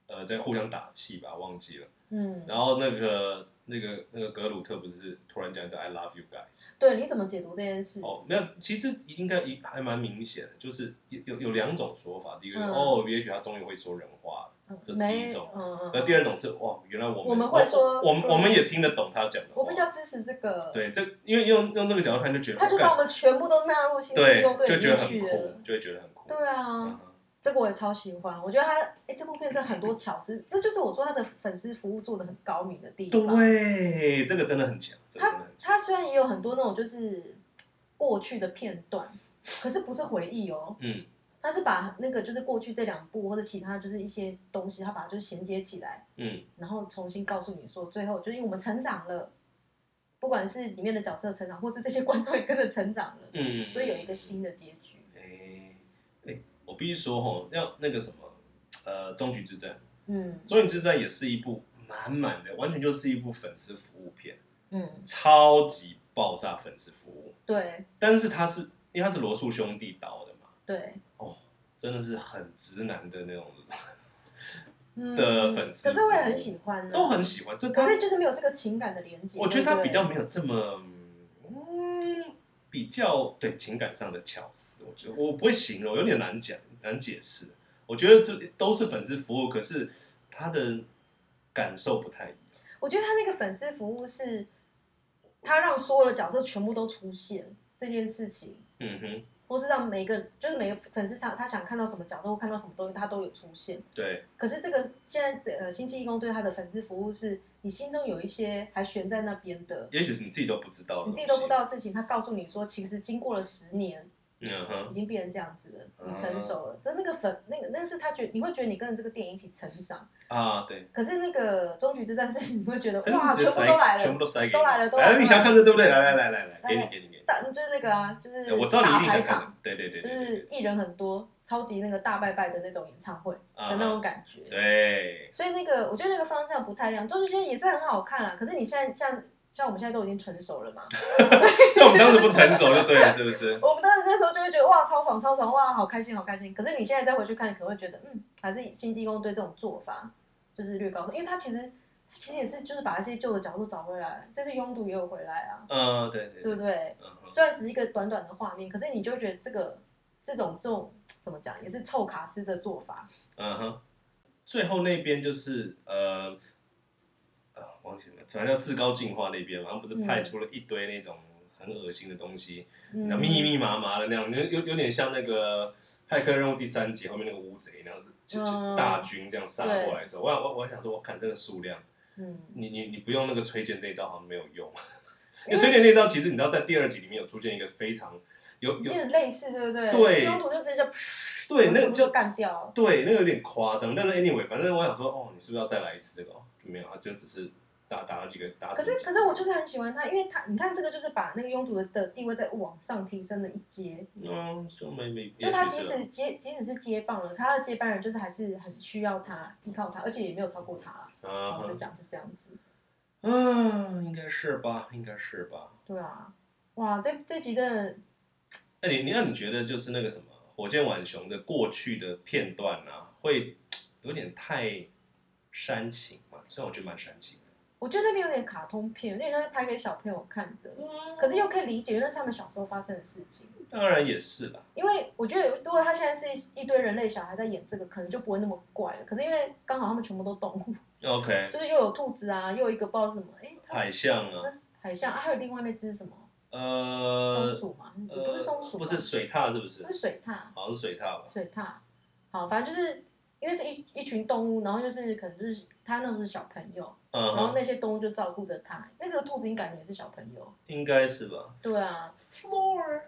S2: 呃，在互相打气吧，忘记了。
S1: 嗯，
S2: 然后那个那个那个格鲁特不是突然讲一下 I love you guys
S1: 对，你怎么解读这件事？
S2: 哦，那其实应该一还蛮明显的，就是有有有两种说法，第一个是、
S1: 嗯
S2: 哦，也许他终于会说人话了。
S1: 嗯
S2: 这是第
S1: 没，
S2: 一种
S1: 嗯嗯
S2: 而第
S1: 嗯，
S2: 二种是哇，原来我们
S1: 我们会说
S2: 我我们我们也听得懂他讲的话。
S1: 我比较支持这个，
S2: 对这，因为用用这个角度看就觉得
S1: 他就
S2: 哦干
S1: 把我们全部都纳入新进用队
S2: 对，就
S1: 里
S2: 觉得
S1: 面
S2: 很
S1: 去了
S2: 酷，。就会觉得很酷。
S1: 对
S2: 嗯
S1: 啊，
S2: 哼
S1: 这个我也超喜欢。我觉得他，哎，这部片真的很多巧思，这就是我说他的粉丝服务做的很高明的地方。
S2: 对，这个真的很强，这个真的很强。
S1: 他虽然也有很多那种就是过去的片段，可是不是回忆哦，
S2: 嗯，
S1: 他是把那个就是过去这两部或者其他就是一些东西，他把它就是衔接起来，
S2: 嗯
S1: 然后重新告诉你说，最后就是因为我们成长了，不管是里面的角色成长，或是这些观众也跟着成长了，
S2: 嗯，
S1: 所以有一个新的结局。
S2: 诶。哎我必须说吼，要那个什么，呃，终局之战，
S1: 嗯
S2: 终局之战也是一部满满的，完全就是一部粉丝服务片，
S1: 嗯，
S2: 超级爆炸粉丝服务。
S1: 对
S2: 但是它是因为它是罗素兄弟导的嘛，
S1: 对。
S2: 真的是很直男的那种，
S1: 嗯
S2: 的粉丝
S1: 可是我也很喜欢呢，
S2: 都很喜欢。就他
S1: 可，是就是没有这个情感的连接。
S2: 我觉得
S1: 对
S2: 他
S1: 不对
S2: 比较没有这么，嗯，比较对情感上的巧思。我觉得我不会形容，有点难讲，难解释。我觉得这都是粉丝服务，可是他的感受不太一样。
S1: 我觉得他那个粉丝服务是，他让所有的角色全部都出现这件事情，
S2: 嗯哼，
S1: 或是让每个就是每个粉丝他他想看到什么角色或看到什么东西，他都有出现。
S2: 对，
S1: 可是这个现在的呃，星际义工对他的粉丝服务是，你心中有一些还悬在那边的，
S2: 也许你自己都不知道，
S1: 你自己都不知。道的事情，他告诉你说，其实经过了十年，
S2: 嗯
S1: 已
S2: 哼，
S1: 经变成这样子了，
S2: 嗯
S1: 你成熟了。但那个粉那个，但是他觉你会觉得你跟着这个电影一起成长。
S2: 啊，对。
S1: 可是那个终局之战是你会觉得
S2: 但
S1: 哇，
S2: 是直
S1: 全部
S2: 接塞
S1: 都来，了，
S2: 全部都塞给你，
S1: 都来了都来了
S2: 来你想看的对不对？来来来来来，给
S1: 来
S2: 你给你给
S1: 大就是那个啊，就是
S2: 你。我知道你一
S1: 大
S2: 定
S1: 排
S2: 想看的
S1: 场，，嗯
S2: 对对对
S1: 就
S2: 对对
S1: 是艺人很多，超级那个大拜拜的那种演唱会的
S2: 啊
S1: 那种感觉。
S2: 对，
S1: 所以那个我觉得那个方向不太一样，周杰伦也是很好看啦。啊可是你现在像像我们现在都已经成熟了嘛，
S2: 所以我们当时不成熟就对了，是不是？
S1: 我们当时那时候就会觉得哇超爽超爽哇好开心好开心。可是你现在再回去看，你可能会觉得嗯，还是新济公对这种做法就是略高因为他其实他其实也是就是把一些旧的角度找回来，这次拥堵也有回来啊，
S2: 嗯，对对
S1: 对不对？
S2: 嗯哼
S1: 虽然只是一个短短的画面，可是你就觉得这个这种这种怎么讲，也是臭卡斯的做法。
S2: 嗯哼，最后那边就是呃，呃，忘记什么，反正叫至高进化那边嘛，他们不是派出了一堆那种很恶心的东西，
S1: 嗯
S2: 那、密密麻麻的那样，有有有点像那个《骇客任务》第三集后面那个乌贼那样子，就
S1: 嗯
S2: 就大军这样杀过来的时候，我想我我想说，我看这个数量，
S1: 嗯，
S2: 你你你不用那个吹剑这一招好像没有用，因为 吹剑那一招其实你知道在第二集里面有出现一个非常有
S1: 有
S2: 有
S1: 点类似，对不对？
S2: 对
S1: 拥堵就直接就
S2: 对那个
S1: 就
S2: 就
S1: 干掉。
S2: 对，那个有点夸张，但是 anyway，反正我想说，哦，你是不是要再来一次这个？哦就没有，他就只是打打了几个，打
S1: 可
S2: 死
S1: 是
S2: 几个
S1: 可是我就是很喜欢他，因为他你看这个就是把那个拥堵的的地位再往上提升了一阶。
S2: 嗯，就没没，
S1: 就他
S2: 也许
S1: 即
S2: 是啦
S1: 使接即使是接棒了，他的接班人就是还是很需要他依靠他，而且也没有超过他啦。
S2: 啊
S1: 老实讲是这样子，
S2: 嗯，应该是吧，应该是吧。
S1: 对啊，哇，这这集的
S2: 那你你那你觉得就是那个什么火箭浣熊的过去的片段啊，会有点太煽情嘛？虽然我觉得蛮煽情的，
S1: 我觉得那边有点卡通片，有点像是拍给小朋友看的，
S2: 嗯
S1: 可是又可以理解，因为那是他们小时候发生的事情。
S2: 当然也是啦，
S1: 因为我觉得，如果他现在是一堆人类小孩在演这个，可能就不会那么怪了。可是因为刚好他们全部都动物，
S2: OK，
S1: 就是又有兔子啊，又有一个不知道什么，哎、它
S2: 海象
S1: 那
S2: 啊，
S1: 是海象啊，还有另外那只什么松
S2: 呃，
S1: 鼠嘛，
S2: 呃
S1: 不是松鼠吧，
S2: 不是水獭是不是
S1: 那？是水獭，
S2: 好像是水獭吧？
S1: 水獭。好，反正就是因为是一一群动物，然后就是可能就是他那时候是小朋友，
S2: 嗯
S1: 然后
S2: 哼，
S1: 那些动物就照顾着他。那个兔子应该感觉也是小朋友，
S2: 应该是吧。
S1: 对啊，
S2: Floor，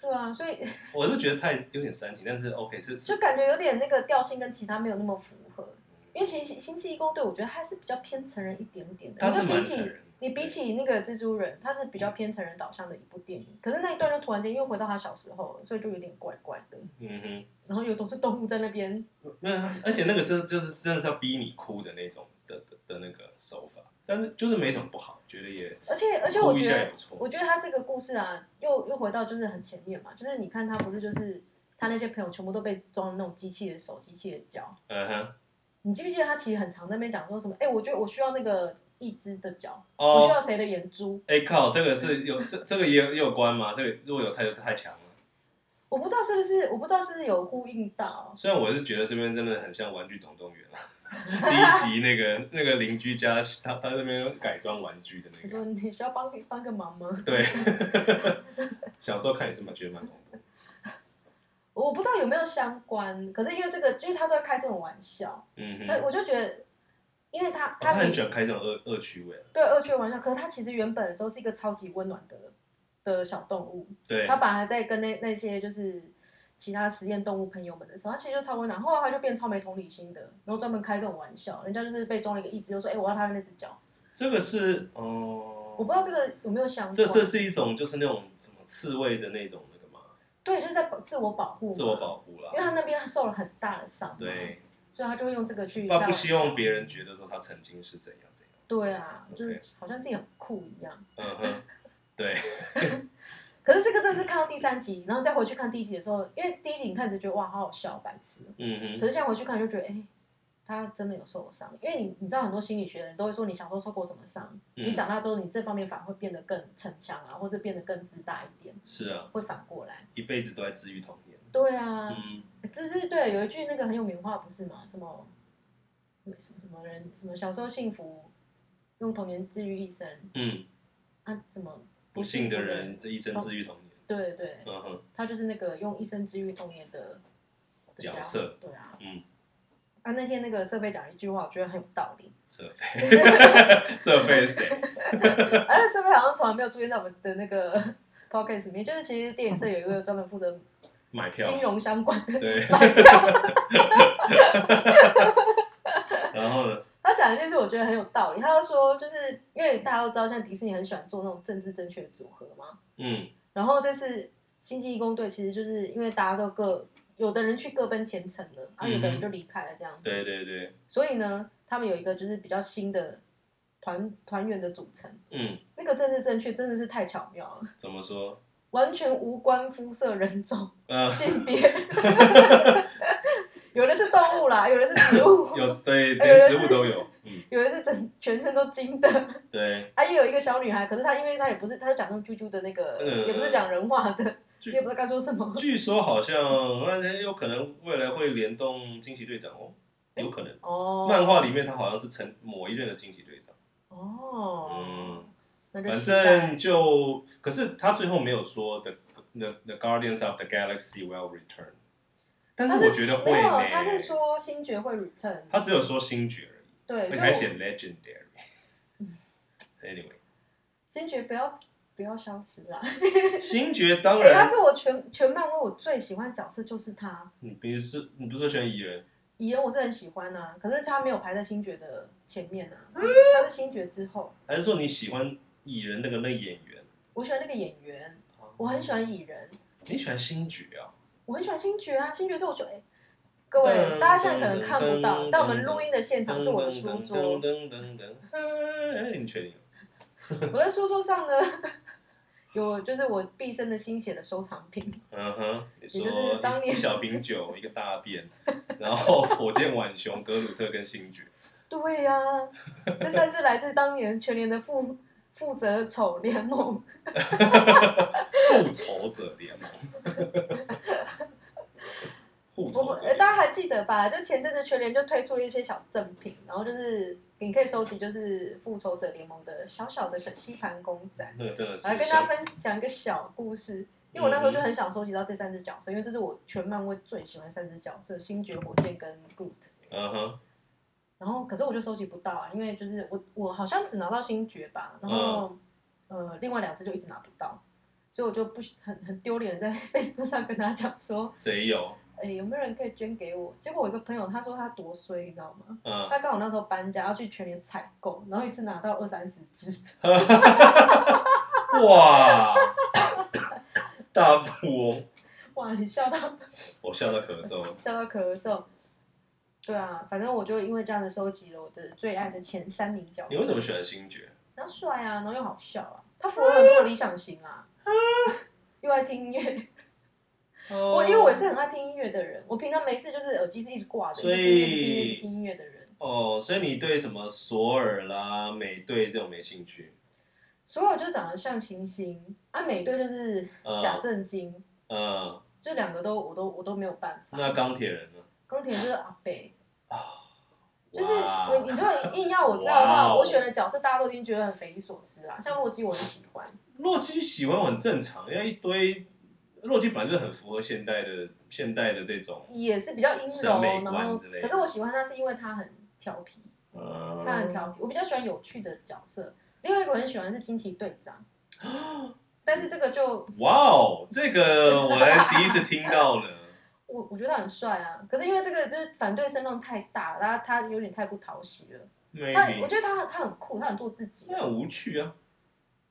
S1: 对啊，所以
S2: 我是觉得太有点煽情，但是 OK 是
S1: 就感觉有点那个调性跟其他没有那么符合。因为其实《星际异攻队》我觉得还是比较偏成人一点点的，
S2: 他是
S1: 你就比
S2: 蛮成
S1: 起
S2: 人的，
S1: 你比起那个蜘蛛人，它是比较偏成人导向的一部电影。可是那一段就突然间又回到他小时候了，所以就有点怪怪的。
S2: 嗯哼。
S1: 然后有都是动物在那边，
S2: 那而且那个真的就是真的是要逼你哭的那种的的的那个手法，但是就是没什么不好，觉得也
S1: 而且而且我
S2: 哭一
S1: 觉
S2: 下也
S1: 得
S2: 不错。
S1: 我觉得他这个故事啊，又又回到就是很前面嘛，就是你看他不是就是他那些朋友全部都被装那种机器的手、机器的脚。
S2: 嗯哼，
S1: 你记不记得他其实很常在那边讲说什么？哎、我觉得我需要那个一只的脚，我需
S2: 哦，
S1: 要谁的眼珠？
S2: 哎、靠，这个是有这这个也有也有关吗？这个如果有太有太强了。
S1: 我不知道是不是，我不知道是不是有呼应到。
S2: 虽然我是觉得这边真的很像《玩具总动员》啊， 第一集那个那个邻居家他他那边改装玩具的
S1: 我
S2: 那
S1: 说
S2: 个，
S1: 你需要帮帮个忙吗？
S2: 对，小时候看也是蛮觉得蛮恐怖的。
S1: 我不知道有没有相关，可是因为这个，就是他都在开这种玩笑，
S2: 嗯哼，
S1: 那、
S2: 哦
S1: 我就觉得，因为呃他
S2: 他
S1: 他
S2: 很
S1: 每
S2: 喜欢开这种恶恶趣味啊，
S1: 对恶趣味玩笑，可是他其实原本的时候是一个超级温暖的的小动物，
S2: 对，
S1: 他本来在跟那那些就是其他实验动物朋友们的时候，他其实就超温暖，后来他就变超没同理心的，然后专门开这种玩笑，人家就是被装了一个义肢，就说哎、我要他的那只脚，
S2: 这个是哦，
S1: 我不知道这个有没有相关，
S2: 这这是一种就是那种什么刺猬的那种那个嘛，
S1: 对，就是在保自我保护，
S2: 自我，保护啦
S1: 嗯因为。他那边受了很大的伤，，
S2: 对，
S1: 所以他就会用这个去
S2: 他
S1: 让
S2: 不希望别人觉得说他曾经是怎样怎样。
S1: 对啊，就是
S2: 对
S1: 好像自己很酷一样。
S2: 嗯哼，对，
S1: 可是这个真的是看到第三集，然后再回去看第一集的时候，因为第一集你看你就觉得哇好好笑，白痴。
S2: 嗯
S1: 可
S2: 哼，
S1: 是现在回去看就觉得，哎、他真的有受伤，因为你你知道很多心理学人都会说，你小时候受过什么伤，你
S2: 嗯，
S1: 长大之后你这方面反而会变得更逞强啊，或者变得更自大一点，
S2: 是啊，
S1: 会反过来。
S2: 一辈子都在治愈童年。
S1: 对啊，
S2: 嗯，
S1: 就是对，有一句那个很有名的话不是吗？什么什么什么人什么小时候幸福，用童年治愈一生
S2: 嗯，
S1: 啊？怎么
S2: 不幸的
S1: 福
S2: 人这一生治愈童年。
S1: 对对，
S2: 嗯哼，
S1: 他就是那个用一生治愈童年的的
S2: 角
S1: 伙
S2: 色。
S1: 对啊，
S2: 嗯，
S1: 啊，那天那个设备讲了一句话，我觉得很有道理。
S2: 社费，社费是谁？
S1: 而啊且设备好像从来没有出现在我们的那个 podcast 里面，就是其实电影社有一个专门负责
S2: 买票。
S1: 金融相关的。
S2: 对，
S1: 白票，
S2: 然后呢？
S1: 他讲一件事，我觉得很有道理。他就说，就是因为大家都知道，现在迪士尼很喜欢做那种政治正确的组合嘛。
S2: 嗯，
S1: 然后这次《星际义工队》其实就是因为大家都各有的人去各奔前程了，然后有的人就离开了这样子。
S2: 嗯对对对，
S1: 所以呢，他们有一个就是比较新的团团员的组成，
S2: 嗯，
S1: 那个政治正确真的是太巧妙了，
S2: 怎么说？
S1: 完全无关肤色、人种、
S2: 呃，
S1: 性别， 有的是动物啦，有的是植物，
S2: 有对，
S1: 哎有
S2: 连
S1: 人
S2: 植物
S1: 是
S2: 都有。嗯，
S1: 有的是整全身都金的，
S2: 对，
S1: 啊，也有一个小女孩，可是她因为她也不是，她就讲用啾啾的那个，
S2: 嗯
S1: 也不是讲人话 的，
S2: 啾
S1: 你也不知道该说什么。
S2: 据说好像那天有可能未来会联动惊奇队长哦，有可能。
S1: 哦
S2: 漫画里面他好像是成某一任的惊奇队长，
S1: 哦
S2: 嗯，
S1: 那就
S2: 反
S1: 期待
S2: 正就可是他最后没有说 the the the Guardians of the Galaxy will return，但
S1: 她
S2: 是我觉得会
S1: 没有，
S2: 呢。
S1: 她是说星爵会 return，
S2: 他只有说星爵而已，
S1: 对，
S2: 那
S1: 所
S2: 开
S1: 以
S2: 始 legendary。Anyway，
S1: 星爵不要不要消失 啦！
S2: 星爵当
S1: 哎、他
S2: 然，
S1: 是我全全漫威我最喜欢的角色就是他，
S2: 你不是你不是说选蚁人？
S1: 蚁人我是很喜欢啊，可是他没有排在星爵的前面啊，他是星爵之后，
S2: 还是说你喜欢蚁人那个那演员？
S1: 我喜欢那个演员，我很喜欢蚁人，
S2: 你喜欢星爵啊？
S1: 我很喜欢星爵啊，星爵是我最、哎各位大家现在可能看不到，但我们录音的现场是我的书桌，
S2: 噔噔噔噔，哎，你确定？
S1: 我的书桌上呢 有就是我毕生的心血的收藏品，
S2: 嗯哼，你说
S1: 也就是当年
S2: 一小瓶酒，一个大便，然后火箭浣熊、格鲁特跟星爵，
S1: 对呀、这甚至来自当年全联的负负责丑联 盟。
S2: 复仇者联盟，复
S1: 我
S2: 仇者
S1: 呃
S2: 联
S1: 大家
S2: 盟，
S1: 还记得吧？就前阵子全联就推出了一些小赠品，然后就是你可以收集就是复仇者联盟的小小的小吸盘公仔。
S2: 那个真的是嗯
S1: 来跟大家
S2: 像
S1: 分享一个小故事，因为我那时候就很想收集到这三只角色，因为这是我全漫威最喜欢三只角色：星爵、火箭跟 Groot。
S2: 嗯哼，
S1: 然后，可是我就收集不到啊，因为就是我我好像只拿到星爵吧，然后、
S2: 嗯
S1: 呃另外两只就一直拿不到，所以我就不很很丢脸，在 Facebook 上跟他讲说，
S2: 谁有？
S1: 哎有没有人可以捐给我？结果我一个朋友他说他多衰，你知道吗？
S2: 嗯，
S1: 他刚好那时候搬家要去全联采购，然后一次拿到二三十只，
S2: 哇，大富翁，
S1: 哇，你笑到
S2: 我笑到咳嗽。
S1: 笑到咳嗽。对啊，反正我就因为这样子收集了我的最爱的前三名角色。
S2: 你为什么喜欢星爵？
S1: 然后帅啊，然后又好笑啊，他符合很多的理想型啊，又爱听音乐。我
S2: 我
S1: 因为我也是很爱听音乐的人，我平常没事就是耳机是一直挂着，一
S2: 所
S1: 直听
S2: 以
S1: 一直听一直听音乐的人。
S2: 哦，所以你对什么索尔啦、美队这种没兴趣？
S1: 所有就长得像星星，啊，美队就是
S2: 嗯
S1: 假正经，
S2: 嗯，
S1: 这两个都我都我都没有办法。
S2: 那钢铁人呢？
S1: 钢铁就是阿北，就是
S2: 哇
S1: 我，你如果硬要我挑的话，
S2: 哇哦
S1: 我选的角色大家都已经觉得很匪夷所思啊啦。像洛基我很喜欢，
S2: 洛基喜欢我很正常，因为一堆洛基本来就很符合现代的现代的这种，
S1: 也是比较阴柔，
S2: 审美
S1: 然
S2: 观
S1: 后
S2: 之类
S1: 可
S2: 的
S1: 是我喜欢他是因为他很调皮，
S2: 嗯，
S1: 他很调皮，我比较喜欢有趣的角色。另外一个我很喜欢是惊奇队 长，但是这个就
S2: 哇哦，这个我还第一次听到呢。
S1: 我我觉得他很帅啊，可是因为这个就是反对声浪太大，然后他有点太不讨喜了。他我
S2: maybe
S1: 觉得他他很酷，他很做自己
S2: 那，很无趣啊，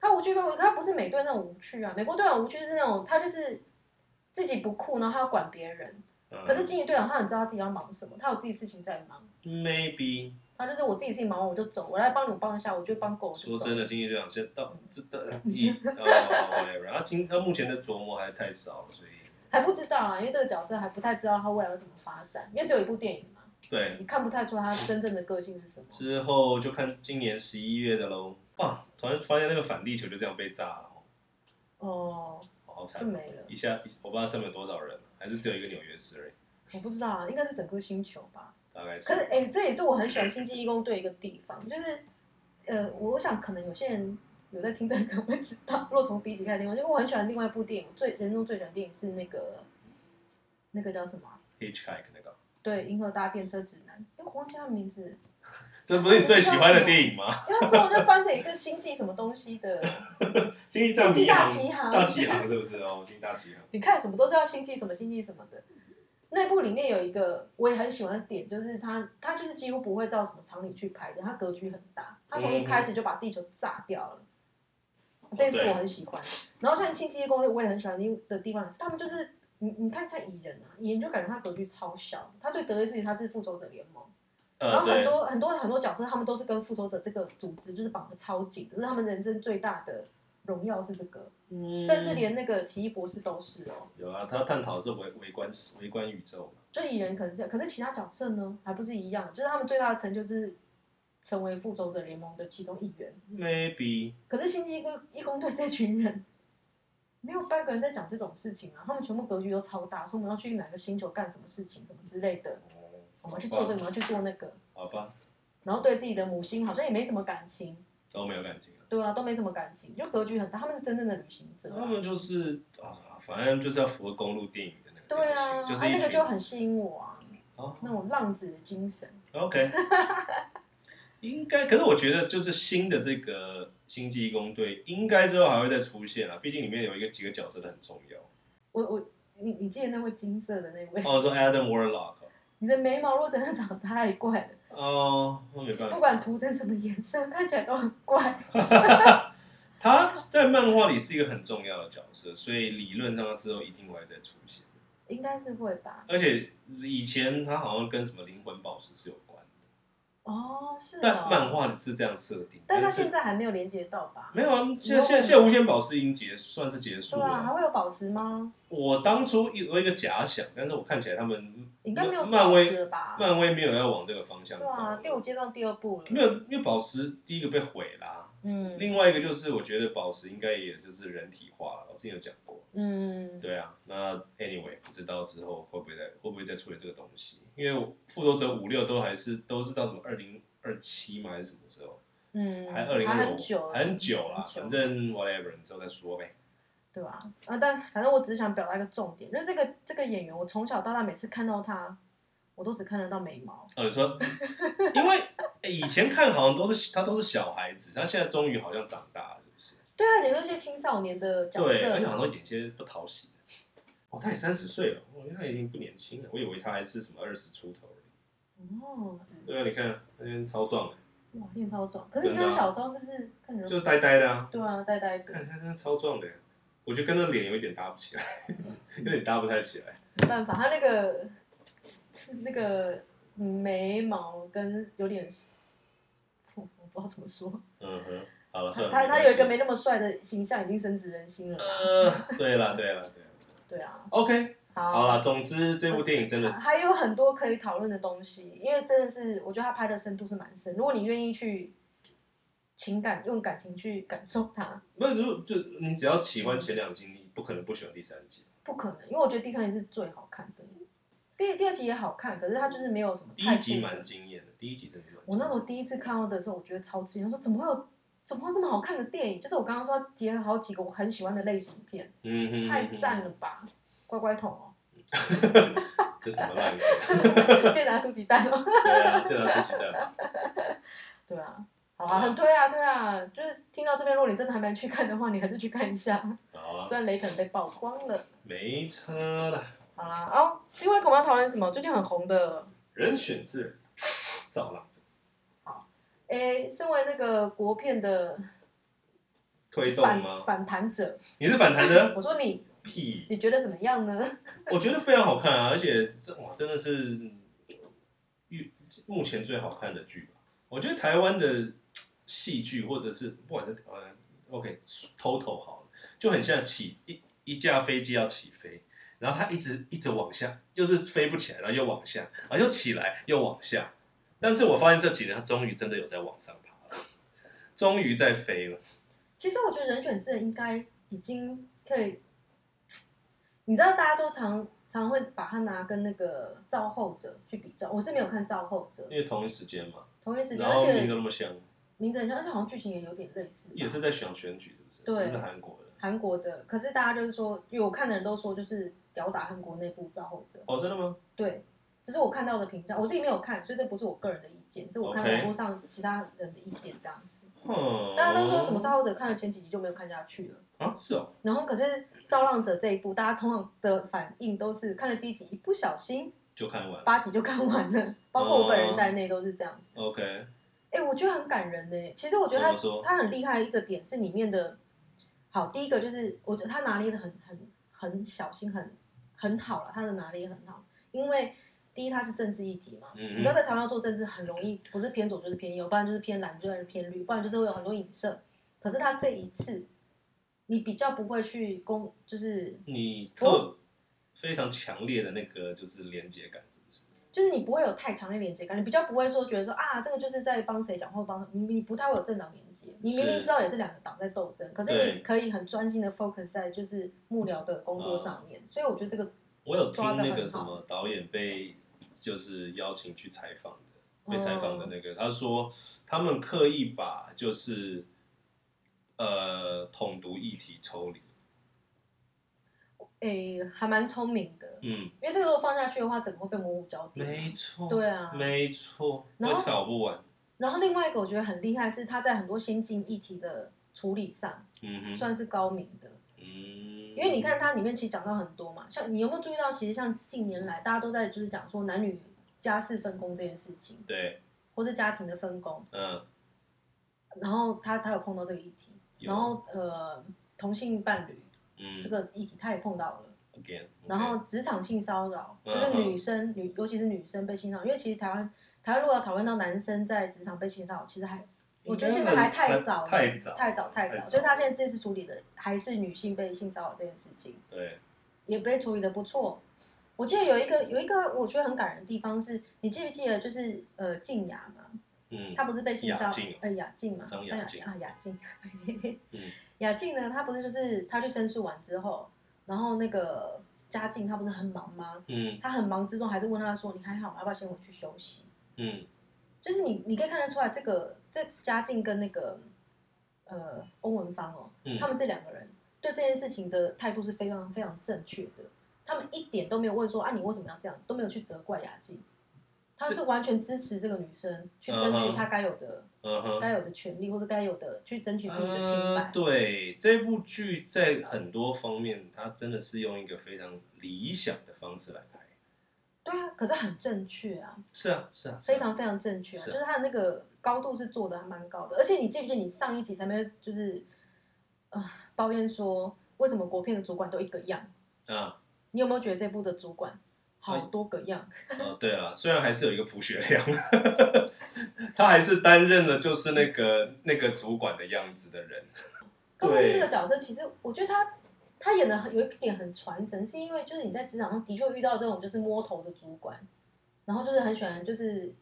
S1: 他无趣跟他不是美队那种无趣啊，美国队长无趣是那种他就是自己不酷，然后他要管别人。
S2: 嗯
S1: 可是惊奇队长他很知道自己要忙什么，他有自己事情在忙。
S2: maybe
S1: 他就是我自己事情忙完我就走，我来帮你们帮一下，我就帮狗就
S2: 说
S1: 走。
S2: 真的，经济队长现在到这 到一哦 whatever，然后今他目前的琢磨还太少，所以
S1: 还不知道啊，因为这个角色还不太知道他未来要怎么发展，因为只有一部电影嘛，
S2: 对
S1: 你看不太出他真正的个性是什么。
S2: 之后就看今年十一月的喽。哇，突然发现那个反地球就这样被炸了，
S1: 哦，
S2: 哦好惨
S1: 就！没了，
S2: 一下我不知道上面有多少人，还是只有一个纽约市而已，
S1: 我不知道啊，应该是整个星球吧。
S2: 大概
S1: 可是
S2: 是。
S1: 哎、这也是我很喜欢星际义工队一个地方，就是呃，我想可能有些人有在听的人可能会知道，如果从第一集开始听，因为我很喜欢另外一部电影，我最人中最喜欢的电影是那个那个叫什么啊、
S2: Hitchhike 那个，
S1: 对，《银河大变车指南》，因为我忘记他的名字。
S2: 这不是你最喜欢的电影吗？
S1: 因为他中文就翻成一个星际什么东西的
S2: 星际
S1: 星
S2: 大
S1: 际
S2: 迷
S1: 大
S2: 航，
S1: 奇航，
S2: 大奇航是不是？哦，星际大奇航。
S1: 你看什么都叫星际什么星际什么的。那部里面有一个我也很喜欢的点，就是它它就是几乎不会照什么常理去拍的，它格局很大，它从一开始就把地球炸掉了。这一次我很喜欢。然后像星际攻略，我也很喜欢的地方是，他们就是你你看像蚁人啊，蚁人就感觉他格局超小，他最得意的事情他是复仇者联盟。然
S2: 呃，
S1: 后很
S2: 对，
S1: 多很多很多角色，他们都是跟复仇者这个组织就是绑得超紧，可是他们人生最大的荣耀是这个，甚至连那个奇异博士都是哦。
S2: 嗯有啊，他探讨是围围观围观宇宙嘛。
S1: 就蚁人可能是这样，可是其他角色呢，还不是一样？就是他们最大的成就是成为复仇者联盟的其中一员。
S2: Maybe
S1: 可是星际一个义工队这群人，没有半个人在讲这种事情啊，他们全部格局都超大，说我们要去哪个星球干什么事情，什么之类的，
S2: 哦，
S1: 我们要去做这个，我们要去做那个，
S2: 好吧，
S1: 然后对自己的母星好像也没什么感情。
S2: 都没有感情了。
S1: 对啊，都没什么感情，就格局很大。他们是真正的旅行者啊、
S2: 他们就是啊，反正就是要符合公路电影的那个
S1: 对
S2: 调
S1: 啊，
S2: 性，就
S1: 啊
S2: 是一
S1: 那个
S2: 群
S1: 就很吸引我啊，
S2: 哦
S1: 那种浪子的精神。
S2: OK，应该。可是我觉得就是新的这个星际义工队，应该之后还会再出现啊，毕竟里面有一个几个角色都很重要。
S1: 我我你你记得那位金色的那位，
S2: 哦，说 Adam Warlock，
S1: 你的眉毛如果真的长得太怪了，
S2: 哦，那没办法，
S1: 不管涂成什么颜色，看起来都很怪。
S2: 他在漫画里是一个很重要的角色，所以理论上他之后一定会再出现。
S1: 应该是会吧？
S2: 而且以前他好像跟什么灵魂宝石是有关的，
S1: 哦，是哦。
S2: 但漫，画是这样设定，
S1: 但他
S2: 是
S1: 现在还没有连接到吧？
S2: 没有啊，现在现在现在无限宝石已经结算是结束
S1: 对啊，还
S2: 了。
S1: 会有宝石吗？
S2: 我当初一有一个假想，但是我看起来他们
S1: 应该没有
S2: 漫
S1: 宝
S2: 威
S1: 石了吧？
S2: 漫威没有要往这个方向
S1: 对啊，第
S2: 走，
S1: 五阶段第二部了。
S2: 没有，因为宝石第一个被毁啦，
S1: 嗯
S2: 另外一个就是我觉得宝石应该也就是人体化了，我之前有讲过。
S1: 嗯，
S2: 对啊，那 anyway 不知道之后会不会再会不会再出现这个东西，因为《复仇者五六》都还是都是到什么二零二七嘛还是什么时候，
S1: 嗯，
S2: 还二零
S1: 还
S2: 二
S1: 很久了，
S2: 很久啦，
S1: 很久
S2: 反正 whatever 你之后再说呗。
S1: 对吧、啊？但反正我只是想表达一个重点，就是这个这个演员，我从小到大每次看到他，我都只看得到眉毛。
S2: 哦，你说，因为欸以前看好像都是他都是小孩子，他现在终于好像长大了，是
S1: 对啊，演那些青少年的角
S2: 不是？对，
S1: 色
S2: 而且好
S1: 嘛，
S2: 像演一些不讨喜的。哦，他也三十岁了，我觉得他已经不年轻了，我以为他还是什么二十出头而已。
S1: 哦，
S2: 对啊，你看他现在超壮的，
S1: 哇，练超壮。可是你
S2: 真
S1: 看
S2: 的
S1: 他
S2: 啊
S1: 小时候是不是看起来
S2: 就是呆呆的啊。
S1: 对啊，呆呆的，
S2: 看他真的超壮的，我觉得跟那脸有一点搭不起来， 有点搭不太起来。
S1: 没办法，他那个那个眉毛跟有点，我我不知道怎么说，
S2: 嗯哼，好了，算
S1: 他
S2: 了。
S1: 他他有一个
S2: 没
S1: 没那么帅的形象已经深植人心了吧
S2: 关系。呃，对了，对了，对了。
S1: 对啊，
S2: OK，
S1: 好，
S2: 好了，总之这部电影真的是，
S1: 还有很多可以讨论的东西，因为真的是，我觉得他拍的深度是蛮深。如果你愿意去情感用感情去感受它，
S2: 不是如果就你只要喜欢前两集，你不可能不喜欢第三集。
S1: 不可能，因为我觉得第三集是最好看的，第第二集也好看，可是它就是没有什么
S2: 第
S1: 太
S2: 一集
S1: 出
S2: 蛮
S1: 色
S2: 惊艳的，第一集真的蛮惊艳。
S1: 我那时候第一次看到的时候，我觉得超惊讶，我说怎么会有怎么会有这么好看的电影？就是我刚刚说它结合好几个我很喜欢的类型片，
S2: 嗯哼，
S1: 太赞了吧！乖乖桶哦，
S2: 嗯哼！这什么烂歌？
S1: 就拿出鸡蛋哦。
S2: 对啊，这拿出鸡蛋吧。
S1: 对啊，好啊，很推啊，推啊！就是听到这边，如果你真的还没去看的话，你还是去看一下。
S2: 好啊，
S1: 虽然雷肯被曝光了，
S2: 没差啦，
S1: 好啦，哦，另外一个我们要讨论什么？最近很红的，
S2: 人选之人，造浪子
S1: 诶，身为那个国片的
S2: 推动
S1: 反
S2: 吗？
S1: 反弹者，
S2: 你是反弹的？
S1: 我说你，
S2: 屁！
S1: 你觉得怎么样呢？
S2: 我觉得非常好看啊，而且这哇真的是遇目前最好看的剧吧。我觉得台湾的戏剧或者是不管是呃 OK total 好了，就很像起一一架飞机要起飞，然后它一直一直往下，就是飞不起来，然后又往下，然后又起来又往下。但是我发现这几年它终于真的有在往上爬了，终于在飞了。
S1: 其实我觉得人选之人应该已经可以，你知道大家都常常会把它拿跟那个造后者去比较，我是没有看造后者，
S2: 因为同一时间嘛，
S1: 同一时间，
S2: 嗯然
S1: 而
S2: 后名字
S1: 且
S2: 那么像，
S1: 名字很像，而且好像剧情也有点类似吧，
S2: 也是在想选举，是不
S1: 对
S2: 是？是不是韩国的？
S1: 韩国的，可是大家就是说，因为我看的人都说就是吊打韩国内部造后者，
S2: 哦，真的吗？
S1: 对，这是我看到的评价，我自己没有看，所以这不是我个人的意见，是我看
S2: OK
S1: 网络上其他人的意见这样子。
S2: 嗯
S1: 大家都说什么造后者看了前几集就没有看下去了，
S2: 啊？是哦，
S1: 然后可是造浪者这一部，大家通常的反应都是看了第一集一不小心
S2: 就看完了。
S1: 八集就看完了，包括我本人在内都是这样子。
S2: OK，
S1: 哎、我觉得很感人呢、其实我觉得他
S2: 怎么说
S1: 他很厉害的一个点是里面的，好，第一个就是我觉得他拿捏的很很很小心，很很好了，他的拿捏很好。因为第一，他是政治议题嘛，你
S2: 嗯
S1: 知道在台湾要做政治很容易，不是偏左就是偏右，不然就是偏蓝，不然就是偏绿，不然就是会有很多影射。可是他这一次，你比较不会去攻，就是
S2: 你特非常强烈的那个就是连接感，是不是？
S1: 就是你不会有太强烈连接感，你比较不会说觉得说啊，这个就是在帮谁讲或帮你，你不太会有政党连接。你明明
S2: 是
S1: 知道也是两个党在斗争，可是
S2: 对嗯
S1: 你可以很专心的 focus 在就是幕僚的工作上面，所以我觉得这个
S2: 我有听
S1: 抓得很
S2: 那
S1: 好
S2: 个什么导演被就是邀请去采访
S1: 嗯
S2: 的，被采访的那个，他说他们刻意把就是呃统独议题抽离，
S1: 诶、还蛮聪明的，
S2: 嗯，
S1: 因为这个如果放下去的话，整个会被模糊焦点。
S2: 没错，
S1: 对啊
S2: 没错，
S1: 然后
S2: 会挑不完，
S1: 然后另外一个我觉得很厉害是他在很多先进议题的处理上
S2: 嗯哼，
S1: 算是高明的，
S2: 嗯，
S1: 因为你看它里面其实讲到很多嘛，像你有没有注意到，其实像近年来大家都在就是讲说男女家事分工这件事情。
S2: 对，
S1: 或是家庭的分工，
S2: 嗯，
S1: 然后他他有碰到这个议题，
S2: 有
S1: 然后呃同性伴侣
S2: 嗯
S1: 这个议题他也碰到了，
S2: ，again，
S1: 然后职场性骚扰，
S2: 嗯
S1: 就是女生女尤其是女生被性骚扰，因为其实台湾台湾如果要讨论到男生在职场被性骚扰，其实还我觉得
S2: 应
S1: 现
S2: 该
S1: 在还
S2: 很
S1: 早了，
S2: 太早，
S1: 太早太早，所以他现在这次处理的还是女性被性骚扰这件事情，
S2: 对，
S1: 也被处理的不错。我记得有一个有一个我觉得很感人的地方是，你记不记得就是呃静雅嘛，
S2: 嗯
S1: 她不是被性骚
S2: 雅
S1: 扰
S2: 静哦，
S1: 呃雅静嘛，
S2: 张雅
S1: 雅
S2: 静
S1: 啊雅静
S2: 嗯，
S1: 雅静呢，她不是就是她去申诉完之后，然后那个嘉靖她不是很忙吗？
S2: 嗯
S1: 她很忙之中还是问她说你还好吗？要不要先回去休息？
S2: 嗯
S1: 就是你你可以看得出来，这个这嘉靖跟那个呃欧文芳哦，
S2: 嗯
S1: 他们这两个人对这件事情的态度是非常非常正确的，他们一点都没有问说啊你为什么要这样，都没有去责怪雅静，他们是完全支持这个女生去争
S2: 嗯
S1: 取
S2: 哼
S1: 她该有的、
S2: 嗯哼。
S1: 该有的权利，或者该有的去争取自己的清
S2: 呃
S1: 白，。
S2: 对，这部剧在很多方面，它真的是用一个非常理想的方式来拍。
S1: 对啊，可是很正确啊，
S2: 是啊，是啊，是啊
S1: 非常非常正确、啊，
S2: 是啊
S1: 就是它的那个高度是做的还蛮高的。而且你记不记得你上一集才没有就是啊、抱怨说为什么国片的主管都一个样？
S2: 啊，
S1: 你有没有觉得这部的主管好
S2: 哎
S1: 多个样？
S2: 呃，对了，虽然还是有一个朴学亮，他还是担任了就是那个那个主管的样子的人。
S1: 高木
S2: 对
S1: 丽这个角色，其实我觉得他他演的有一点很传神，是因为就是你在职场上的确遇到这种就是摸头的主管，然后就是很喜欢就是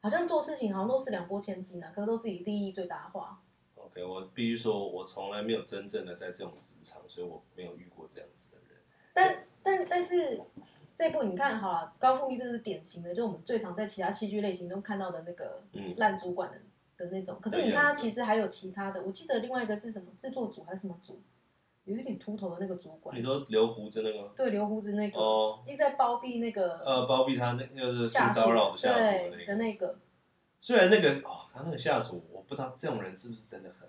S1: 好像做事情好像都是两拨千斤啊，可是都自己利益最大化。
S2: OK，我必须说，我从来没有真正的在这种职场，所以我没有遇过这样子的人。
S1: 但但但是这部你看好了，高富丽这是典型的，就我们最常在其他戏剧类型中看到的那个
S2: 嗯
S1: 烂主管的的那种。可是你看他其实还有其他的，我记得另外一个是什么制作组还是什么组，有一点秃头的那个主管
S2: 你，说留胡子那个吗？
S1: 对留胡子那个，
S2: 哦，
S1: 一直在包庇那个
S2: 呃，包庇他那就是性
S1: 下属
S2: 骚扰的下属的
S1: 对
S2: 那个
S1: 的。那个，
S2: 虽然那个哦，他那个下属，我不知道这种人是不是真的很多。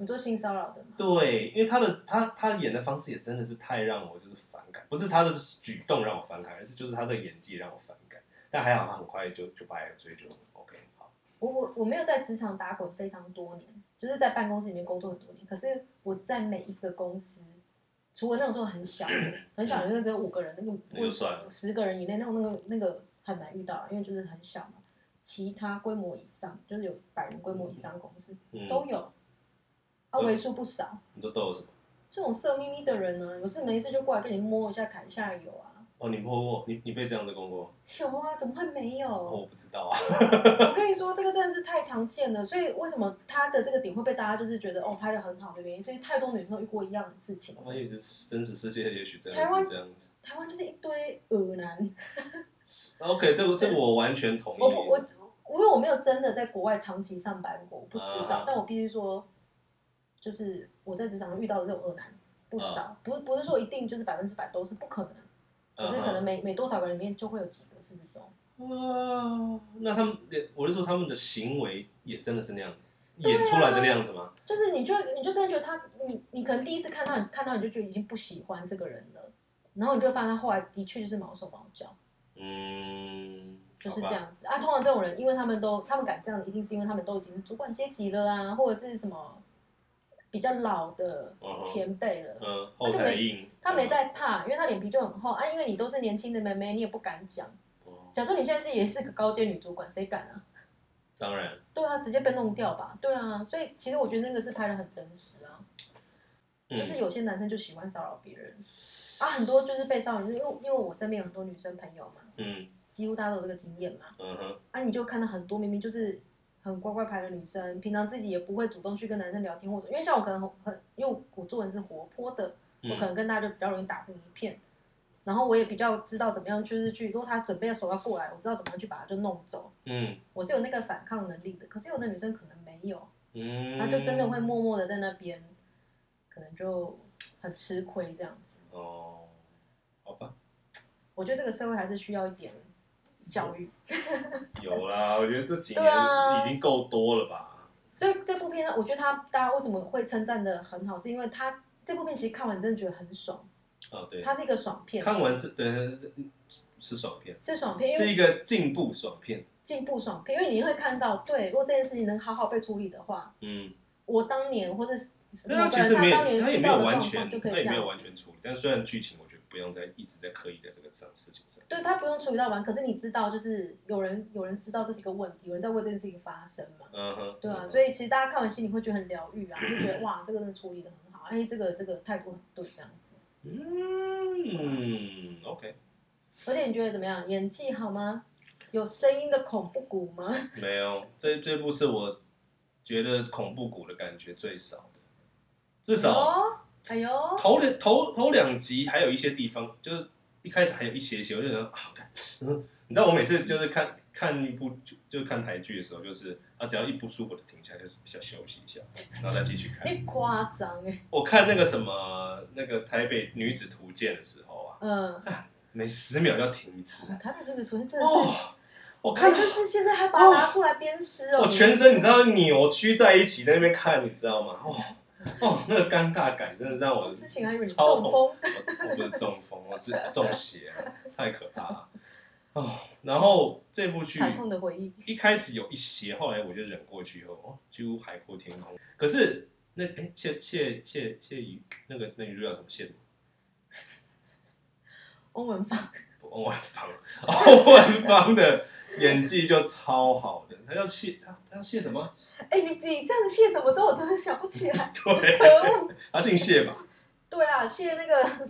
S1: 你做性骚扰的嘛？
S2: 对，因为他的他他演的方式也真的是太让我就是反感，不是他的举动让我反感，而是就是他的演技让我反感。但还好他很快就就掰了，所以就 OK 好。
S1: 我我我没有在职场打滚非常多年，就是在办公室里面工作很多年。可是我在每一个公司，除了那种就很小的、很小的，那个只有五个人，那个
S2: 嗯那就算了
S1: 十个人以内那种，那个那个很难遇到啊，因为就是很小嘛。其他规模以上，就是有百人规模以上的公司
S2: 嗯，
S1: 都有，啊，
S2: 对
S1: 为数不少。
S2: 你说都有什么？
S1: 这种色眯眯的人呢、有事没事就过来跟你摸一下、砍一下油啊。
S2: 哦，你摸过你你被这样的公过？
S1: 有啊，怎么会没有？
S2: 哦，我不知道啊。
S1: 我跟你说，这个真的是太常见了，所以为什么他的这个点会被大家就是觉得哦拍的很好的原因，是因为太多女生都遇过一样的事情。
S2: 我一直真实世界也许真
S1: 台
S2: 的
S1: 湾
S2: 是这样子。
S1: 台湾就是一堆恶男，
S2: OK，这个这个我完全同意。
S1: 我我我因为我没有真的在国外长期上班过，我不知道，
S2: 啊
S1: 但我必须说，就是我在职场上遇到的这种恶男不
S2: 啊
S1: 少，不是不是说一定就是百分之百都是不可能，
S2: 嗯
S1: 可是可能
S2: 哼
S1: 每每多少个人里面就会有几个是这种。
S2: 啊，那他们，我是说他们的行为也真的是那样子，
S1: 啊
S2: 演出来的那样子吗？
S1: 就是你就你就真的觉得他，你你可能第一次看到你看到你就觉得已经不喜欢这个人了，然后你就会发现他后来的确就是毛手毛脚，
S2: 嗯，
S1: 就是
S2: 好
S1: 这
S2: 吧。
S1: 样子啊。通常这种人，因为他们都他们敢这样，一定是因为他们都已经是主管阶级了啊，或者是什么比较老的
S2: 嗯哼
S1: 前辈了。
S2: 嗯，后台硬，嗯
S1: 他没在怕，因为他脸皮就很厚啊。因为你都是年轻的妹妹，你也不敢讲。
S2: 哦。
S1: 假设你现在是也是个高阶女主管，谁敢啊？
S2: 当然，
S1: 对啊，直接被弄掉吧。对啊，所以其实我觉得那个是拍的很真实啊。
S2: 嗯
S1: 就是有些男生就喜欢骚扰别人，啊，很多就是被骚扰，就是因为因为我身边有很多女生朋友嘛，
S2: 嗯
S1: 几乎大家都有这个经验嘛，
S2: 嗯哼，
S1: 啊，你就看到很多明明就是很乖乖牌的女生，平常自己也不会主动去跟男生聊天，或者因为像我可能很很，因为我做人是活泼的，我可
S2: 嗯
S1: 能跟大家就比较容易打成一片，然后我也比较知道怎么样就是去，如果他准备手要过来，我知道怎么样去把他就弄走，
S2: 嗯
S1: 我是有那个反抗能力的，可是有的女生可能没有，
S2: 嗯，
S1: 她就真的会默默的在那边，可能就很吃亏这样子。
S2: 哦，好吧，
S1: 我觉得这个社会还是需要一点教育，
S2: 有啦，我觉得这几
S1: 对啊
S2: 年已经够多了吧？
S1: 所以这部片呢，我觉得它大家为什么会称赞的很好，是因为它这部片其实看完真的觉得很爽，
S2: 哦，对，
S1: 它是一个爽片，
S2: 看完是对是爽片，
S1: 是爽片，因
S2: 是
S1: 为
S2: 一个进步爽片，
S1: 进步爽片，因为你会看到，对，如果这件事情能好好被处理的话，
S2: 嗯，
S1: 我当年或者是
S2: 但他
S1: 某
S2: 啊其
S1: 个人
S2: 实没有
S1: 当，年
S2: 他也
S1: 遇
S2: 没
S1: 到
S2: 有
S1: 的
S2: 完
S1: 状况
S2: 全，
S1: 就可
S2: 他
S1: 以
S2: 也
S1: 这
S2: 没有
S1: 样
S2: 完
S1: 子。
S2: 全处理，但虽然剧情我觉得不用再一直在刻意在这个上事情上。
S1: 对他不用处理到完，可是你知道，就是有人有人知道这是一个问题，有人在为这件事情发声嘛，
S2: 嗯哼，
S1: 对啊，
S2: 嗯哼
S1: 所以其实大家看完心里会觉得很疗愈啊，就觉得哇，这个真的处理的很好，哎，这个这个态度很对这样子。
S2: 嗯，OK，
S1: 而且你觉得怎么样？演技好吗？有声音的恐怖谷吗？
S2: 没有，这这部是我觉得恐怖谷的感觉最少的，至少
S1: 哦，哎呦，
S2: 头两头头两集还有一些地方，就是一开始还有一些些，我就觉得啊，干嗯，你知道我每次就是看看一部就就看台剧的时候，就是啊，只要一不舒服的停下，就是想休息一下，然后再继续看。
S1: 你夸张哎，
S2: 我看那个什么那个台北女子图鉴的时候啊，
S1: 嗯，
S2: 每十秒要停一次。
S1: 台北女子昨天真的是，
S2: 哦，我
S1: 哎
S2: 看
S1: 就是现在还把它拿出来鞭尸哦，
S2: 我全身你知道扭曲在一起在那边看，你知道吗？哦哦，那个尴尬感真的让我
S1: 我之前还以为你
S2: 超
S1: 中
S2: 痛
S1: 风，
S2: 我我不是中风，我是中邪了，啊太可怕了。哦，然后这部剧
S1: 惨痛的回忆。
S2: 一开始有一些，后来我就忍过去以后，哦，几乎海阔天空。可是那哎谢谢谢谢宇那个那女主角什么谢什么？
S1: 欧文芳，
S2: 欧文芳， 欧文芳的演技就超好的，她叫谢她她叫谢什么？，
S1: 哎、你你这样谢什么之后，我突然想不起来
S2: 对，
S1: 可恶。
S2: 她姓谢吧？
S1: 对啊，谢那个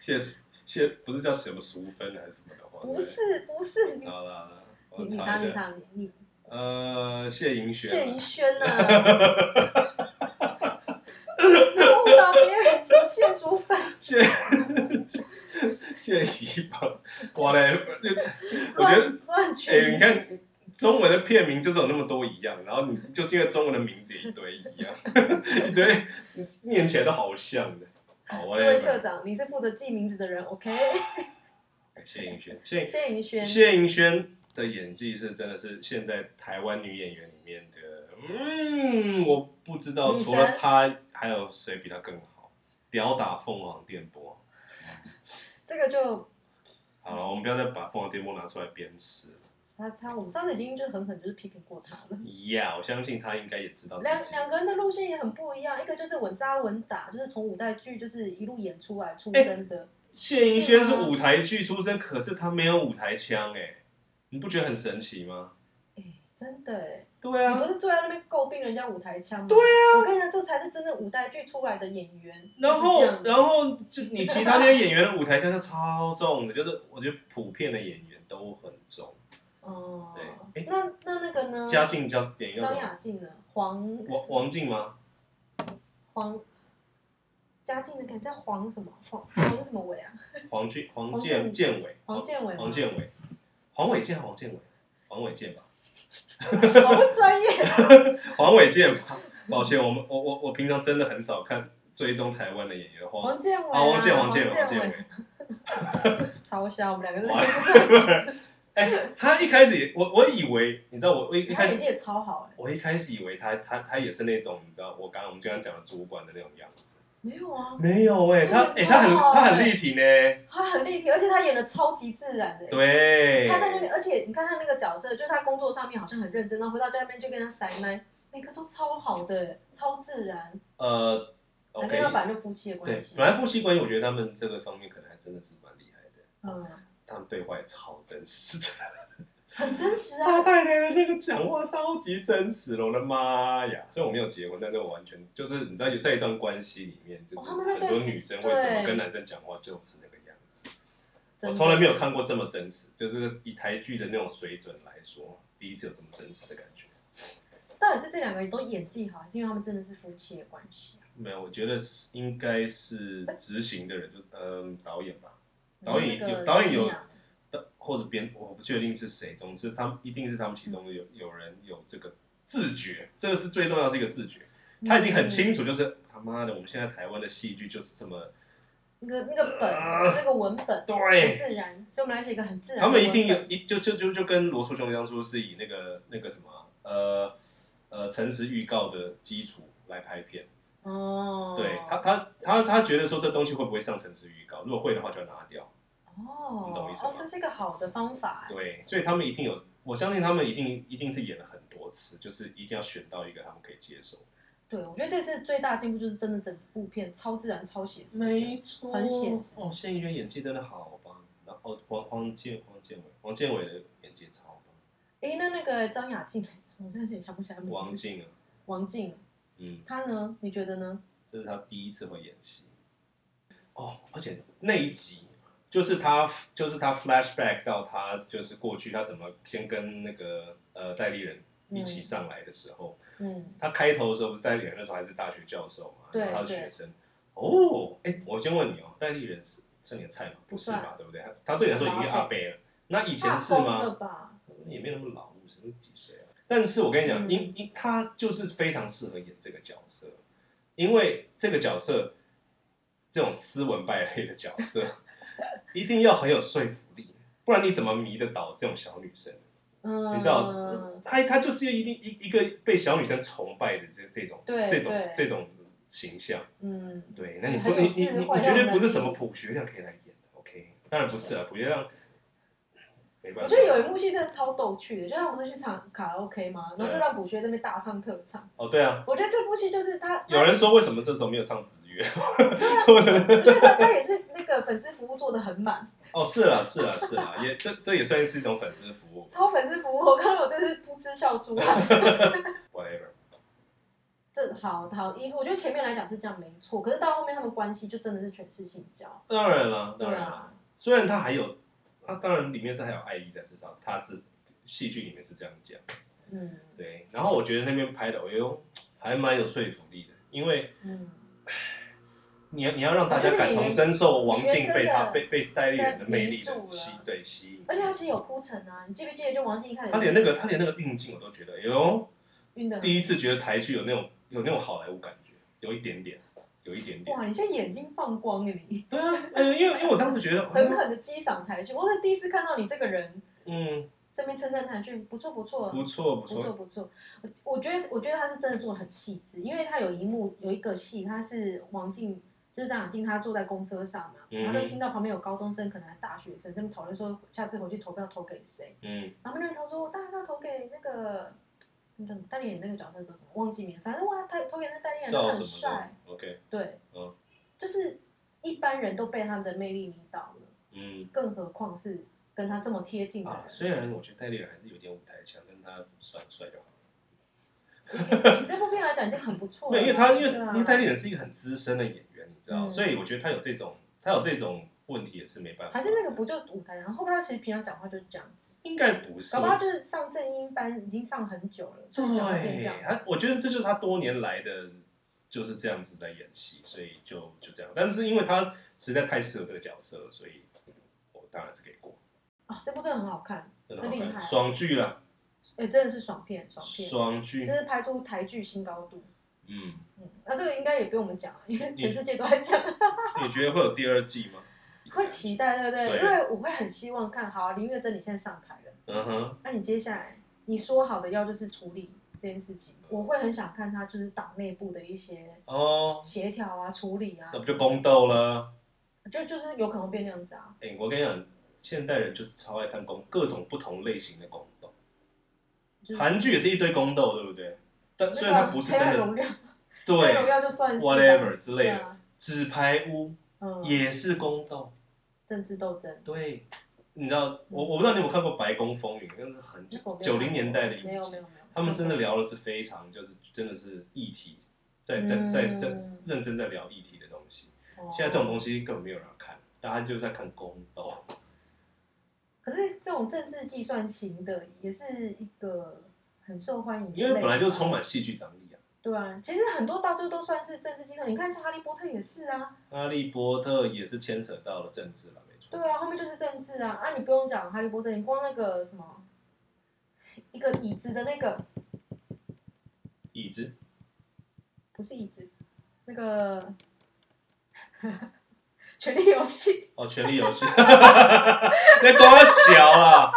S2: 谢谢不是叫什么淑芬还是什么的话？对
S1: 不。是不是你
S2: 好了好了，我
S1: 你你
S2: 查
S1: 查
S2: 一
S1: 你
S2: 下。
S1: 查你
S2: 呃，谢盈
S1: 你
S2: 萱
S1: 谢
S2: 啊。
S1: 宜轩呐、 啊，你误导别人是谢淑芬，
S2: 谢谢喜宝，哇嘞！ 我觉得，
S1: 乱乱
S2: 哎、
S1: 取
S2: 你
S1: 名。
S2: 看中文的片名就是有那么多一样，然后你就是因为中文的名字也一堆一样， 一堆念起来都好像的。好，我
S1: 这位
S2: 嘞，
S1: 社长，你是负责记名字的人，OK？
S2: 谢盈萱，谢
S1: 谢宜轩，
S2: 谢盈萱的演技是真的是现在台湾女演员里面的，嗯，我不知道
S1: 女神
S2: 除了她还有谁比她更好，吊打凤凰电波。
S1: 这个就
S2: 好了，我们不要再把凤凰电波拿出来鞭尸了。
S1: 他他我们上次已经就狠狠就是批评过他了。
S2: Yeah，我相信他应该也知道自
S1: 两
S2: 己。
S1: 两个人的路线也很不一样，一个就是稳扎稳打，就是从五代剧就是一路演出来
S2: 哎
S1: 出身的，
S2: 谢盈萱是舞台剧出身，可是她没有舞台腔哎、你不觉得很神奇吗？
S1: 哎、真的哎、你不
S2: 对啊，
S1: 是坐在那边诟病人家舞台腔吗？对啊，我跟你讲，这才是真的舞台剧出来的演员。
S2: 然后
S1: 就是这样
S2: 然后就你其他那些演员的舞台腔就超重的，就是我觉得普遍的演员都很重。
S1: 哦，
S2: 对
S1: 那那那个呢？
S2: 嘉靖叫演员叫
S1: 张
S2: 什么？
S1: 雅静呢？黄
S2: 王王静吗？
S1: 黄嘉靖的感觉叫黄什么黄黄什么伟啊？
S2: 黄俊黄
S1: 黄
S2: 建
S1: 建
S2: 建伟
S1: 黄建伟吗
S2: 哦黄建伟黄伟健黄建伟黄伟健吧
S1: 好不专业。
S2: 黄伟健 吧，抱歉，我们我我我平常真的很少看追踪台湾的演员黄
S1: 黄建伟啊，
S2: 啊，王建，王
S1: 黄
S2: 建，王建
S1: 伟
S2: 伟。
S1: 嘲笑我们两个都
S2: 哇
S1: 认不出来。
S2: 哎、他一开始也，我我以为，你知道，我我一一
S1: 他
S2: 开
S1: 演
S2: 始，
S1: 技也超好哎，
S2: 我一开始以为他他他也是那种，你知道，我刚刚我们刚刚讲的主管的那种样子。
S1: 没有啊，
S2: 没有哎、他哎、他很他很立体呢。
S1: 他很立体，而且他演的超级自然的。欸
S2: 对。
S1: 他在那边，而且你看他那个角色，就是他工作上面好像很认真，然后回到家那边就跟他塞麦，每个都超好的，超自然。
S2: 呃
S1: 还是他本
S2: ，OK，
S1: 来就夫妻的
S2: 对
S1: 关，系
S2: 本。来夫妻关系，我觉得他们这个方面可能还真的是蛮厉害的，
S1: 嗯，
S2: 他们对话也超真实的。
S1: 很真实
S2: 大
S1: 啊。
S2: 太太的那个讲话超级真实了，我的妈呀！虽然我没有结婚，但是我完全就是你知道，有在一段关系里面，就
S1: 哦
S2: 是
S1: 他们那
S2: 很
S1: 个
S2: 多女生会怎么
S1: 对
S2: 跟男生讲话，就是那个样子。
S1: 真的
S2: 我从来没有看过这么真实，就是以台剧的那种水准来说，第一次有这么真实的感觉。
S1: 到底是这两个人都演技好，还是因为他们真的是夫妻的关系啊？
S2: 没有，我觉得是应该是执行的人，就嗯、导演吧，导演
S1: 那个
S2: 有导演有
S1: 怎么样
S2: 但或者编，我不确定是谁，总之他们一定是他们其中有有人有这个自觉，这个是最重要的是一个自觉。
S1: 嗯
S2: 他已经很清楚，就是他妈的，我们现在台湾的戏剧就是这么
S1: 那个那个本
S2: 啊
S1: 那个文本很
S2: 对，
S1: 自然，所以我们来写一个很自然的
S2: 他
S1: 文本。
S2: 们一定有一就就就就跟罗素兄当初是以那个那个什么呃呃诚实预告的基础来拍片，
S1: 哦，
S2: 对他他他他觉得说这东西会不会上诚实预告，如果会的话就要拿掉，
S1: 哦，
S2: 你懂我意思吗
S1: 哦，这是一个好的方法哎。
S2: 对，所以他们一定有，我相信他们一定一定是演了很多次，就是一定要选到一个他们可以接受的。
S1: 对，我觉得这次最大的进步就是真的整部片超自然、超写实。
S2: 没错，
S1: 很写实
S2: 哦，谢依轩演技真的好棒，然后黄黄建黄建伟黄建伟的演技超棒，
S1: 诶，那那个张雅静， 我现在也想不起来名字。
S2: 王静啊，
S1: 王静，
S2: 嗯，
S1: 她呢？你觉得呢？
S2: 这是他第一次会演戏。哦，而且那一集就是他就是他 flashback 到他就是过去他怎么先跟那个呃代理人一起上来的时候，
S1: 嗯，
S2: 他开头的时候不是代理人那时候还是大学教授嘛，
S1: 对
S2: 然后他是学生。哦，哎、我先问你哦，代理人是是你的菜吗？不是吧，对不对？他他对你来说已经是阿伯了，那以前是
S1: 大风了
S2: 吗？
S1: 吧？
S2: 也没有那么老，五十几岁啊。但是我跟你讲，
S1: 嗯
S2: 因因他就是非常适合演这个角色，因为这个角色这种斯文败类的角色， 一定要很有说服力，不然你怎么迷得倒这种小女生？
S1: 嗯，
S2: 你知道，他他就是一定一一个被小女生崇拜的这这种
S1: 对
S2: 这种
S1: 对
S2: 这种形象。
S1: 嗯，
S2: 对，那你不
S1: 很有
S2: 你你
S1: 智
S2: 你
S1: 慧
S2: 你绝对
S1: 很有
S2: 不是
S1: 能力
S2: 什么朴学亮可以来演的，OK？当然不是啊，朴学亮没办法。啊
S1: 我觉得有一幕戏真的超逗趣的，就他们不是去唱卡拉 OK 吗？然后就让补学在那边大唱特唱。
S2: 哦，对啊，
S1: 我觉得这部戏就是他，
S2: 有人说为什么这时候没有唱子曰？
S1: 啊我觉得他他也是那个粉丝服务做的很满，
S2: 哦，是啦是啦是啦，也这这也算是一种粉丝服务
S1: 超粉丝服务，我看到我真是噗嗤笑出来。
S2: ，whatever。
S1: 这好好，一我觉得前面来讲是这样没错，可是到后面他们关系就真的是全是性交，
S2: 当然了，
S1: 对
S2: 当然了，
S1: 啊，
S2: 虽然他还有，他当然里面是还有爱意在，至少他自戏剧里面是这样讲。
S1: 嗯
S2: 对，然后我觉得那边拍的，哎呦，还蛮有说服力的，因为
S1: 嗯，
S2: 你要你要让大家感同身受王静被他被被代理人的魅力
S1: 迷
S2: 的
S1: 住
S2: 吸
S1: 了
S2: 对吸引，
S1: 而且他其实有铺陈啊，你记不记得就王静一开始
S2: 他连那个他连那个运镜我都觉得，哎呦，
S1: 晕的，
S2: 第一次觉得台剧有那种有那种好莱坞感觉，有一点点，有一点点，
S1: 哇，你现在眼睛放光了 你，
S2: 对啊，哎呦，因为因为我当时觉得，
S1: 狠狠的激赏台剧，我是第一次看到你这个人
S2: 嗯，
S1: 这边称赞台剧，不错不错，
S2: 不错不
S1: 不错
S2: 错，
S1: 不错，我我觉得我觉得他是真的做的很细致，因为他有一幕有一个戏，他是王静就是张雅静，她坐在公车上嘛，
S2: 嗯
S1: 然后就听到旁边有高中生，可能还大学生，他们讨论说下次回去投票投给谁，
S2: 嗯
S1: 然后那人投说，我大家要投给那个那个代理人那个角色是什么忘记名字，反正哇，他投给那代理人他
S2: 照
S1: 很
S2: 什么
S1: 帅，
S2: 的，OK，
S1: 对，
S2: 嗯
S1: 就是一般人都被他的魅力迷倒了，
S2: 嗯
S1: 更何况是跟他这么贴近的人
S2: 啊，，虽然我觉得代理人还是有点舞台强，但他帅帅就好。
S1: 以以这部片来讲已经很不 错了，
S2: 对，因为他因为
S1: 对啊
S2: 因为戴立人是一个很资深的演员，你知道，
S1: 嗯
S2: 所以我觉得他有这种他有这种问题也是没办法。
S1: 还是那个不就舞台，然后他其实平常讲话就是这样子，
S2: 应该不是
S1: 搞不。好他就是上正音班已经上很久了，所以讲话变这
S2: 对
S1: 样，。
S2: 他我觉得这就是他多年来的就是这样子在演戏，所以就就这样。但是因为他实在太适合这个角色了，所以我当然是给过，
S1: 啊，这部真的很好看，
S2: 真的好
S1: 很厉害啊
S2: 看，爽剧啦，
S1: 哎、真的是爽片，爽片，
S2: 爽剧
S1: 就，是拍出台剧新高度。
S2: 嗯，
S1: 嗯，那这个应该也不用我们讲啊了，因为全世界都在讲，
S2: 你觉得会有第二季吗？
S1: 会期待，对不对？
S2: 对
S1: 因为我会很希望看好、啊、林月珍，你现在上台了，
S2: 嗯哼，
S1: 那你接下来你说好的要就是处理这件事情，我会很想看他就是党内部的一些
S2: 哦，
S1: 协调啊、处理啊
S2: 那，不就宫斗了？
S1: 就就是有可能会变那样子啊。
S2: 哎、我跟你讲，现代人就是超爱看宫，各种不同类型的宫斗。
S1: 就是
S2: 韩剧也是一堆宫斗，对不对？但虽然它不是真
S1: 那个黑暗
S2: 的，
S1: 荣耀，黑暗荣
S2: 对
S1: 耀就算是吧
S2: ，whatever 之类
S1: 对
S2: 的，
S1: 啊，
S2: 纸牌屋
S1: 嗯，
S2: 也是宫斗。
S1: 政治斗争，
S2: 对，你知道我我不知道你有没有看过《白宫风云》，那是很久
S1: 那个我没有
S2: 九零年代的
S1: 没
S2: 影
S1: 有没
S2: 集，
S1: 有没有，
S2: 他们真的聊的是非常就是真的是议题，在在
S1: 嗯
S2: 在认认真在聊议题的东西。
S1: 哦
S2: 现在这种东西根本没有人要看，大家就在看宫斗。
S1: 可是这种政治计算型的也是一个很受欢迎的类
S2: 因
S1: 型啊，
S2: 为本来就充满戏剧张力啊。
S1: 对啊，其实很多到最后都算是政治计算。你看像《哈利波特》也是啊，
S2: 哈利波特也是牵扯到了政治了，没错。
S1: 对啊，后面就是政治啊。啊，你不用讲《哈利波特》，你光那个什么一个椅子的那个
S2: 椅子，
S1: 不是椅子，那个 权力游戏，
S2: 哦，权力游戏， 那光小啦。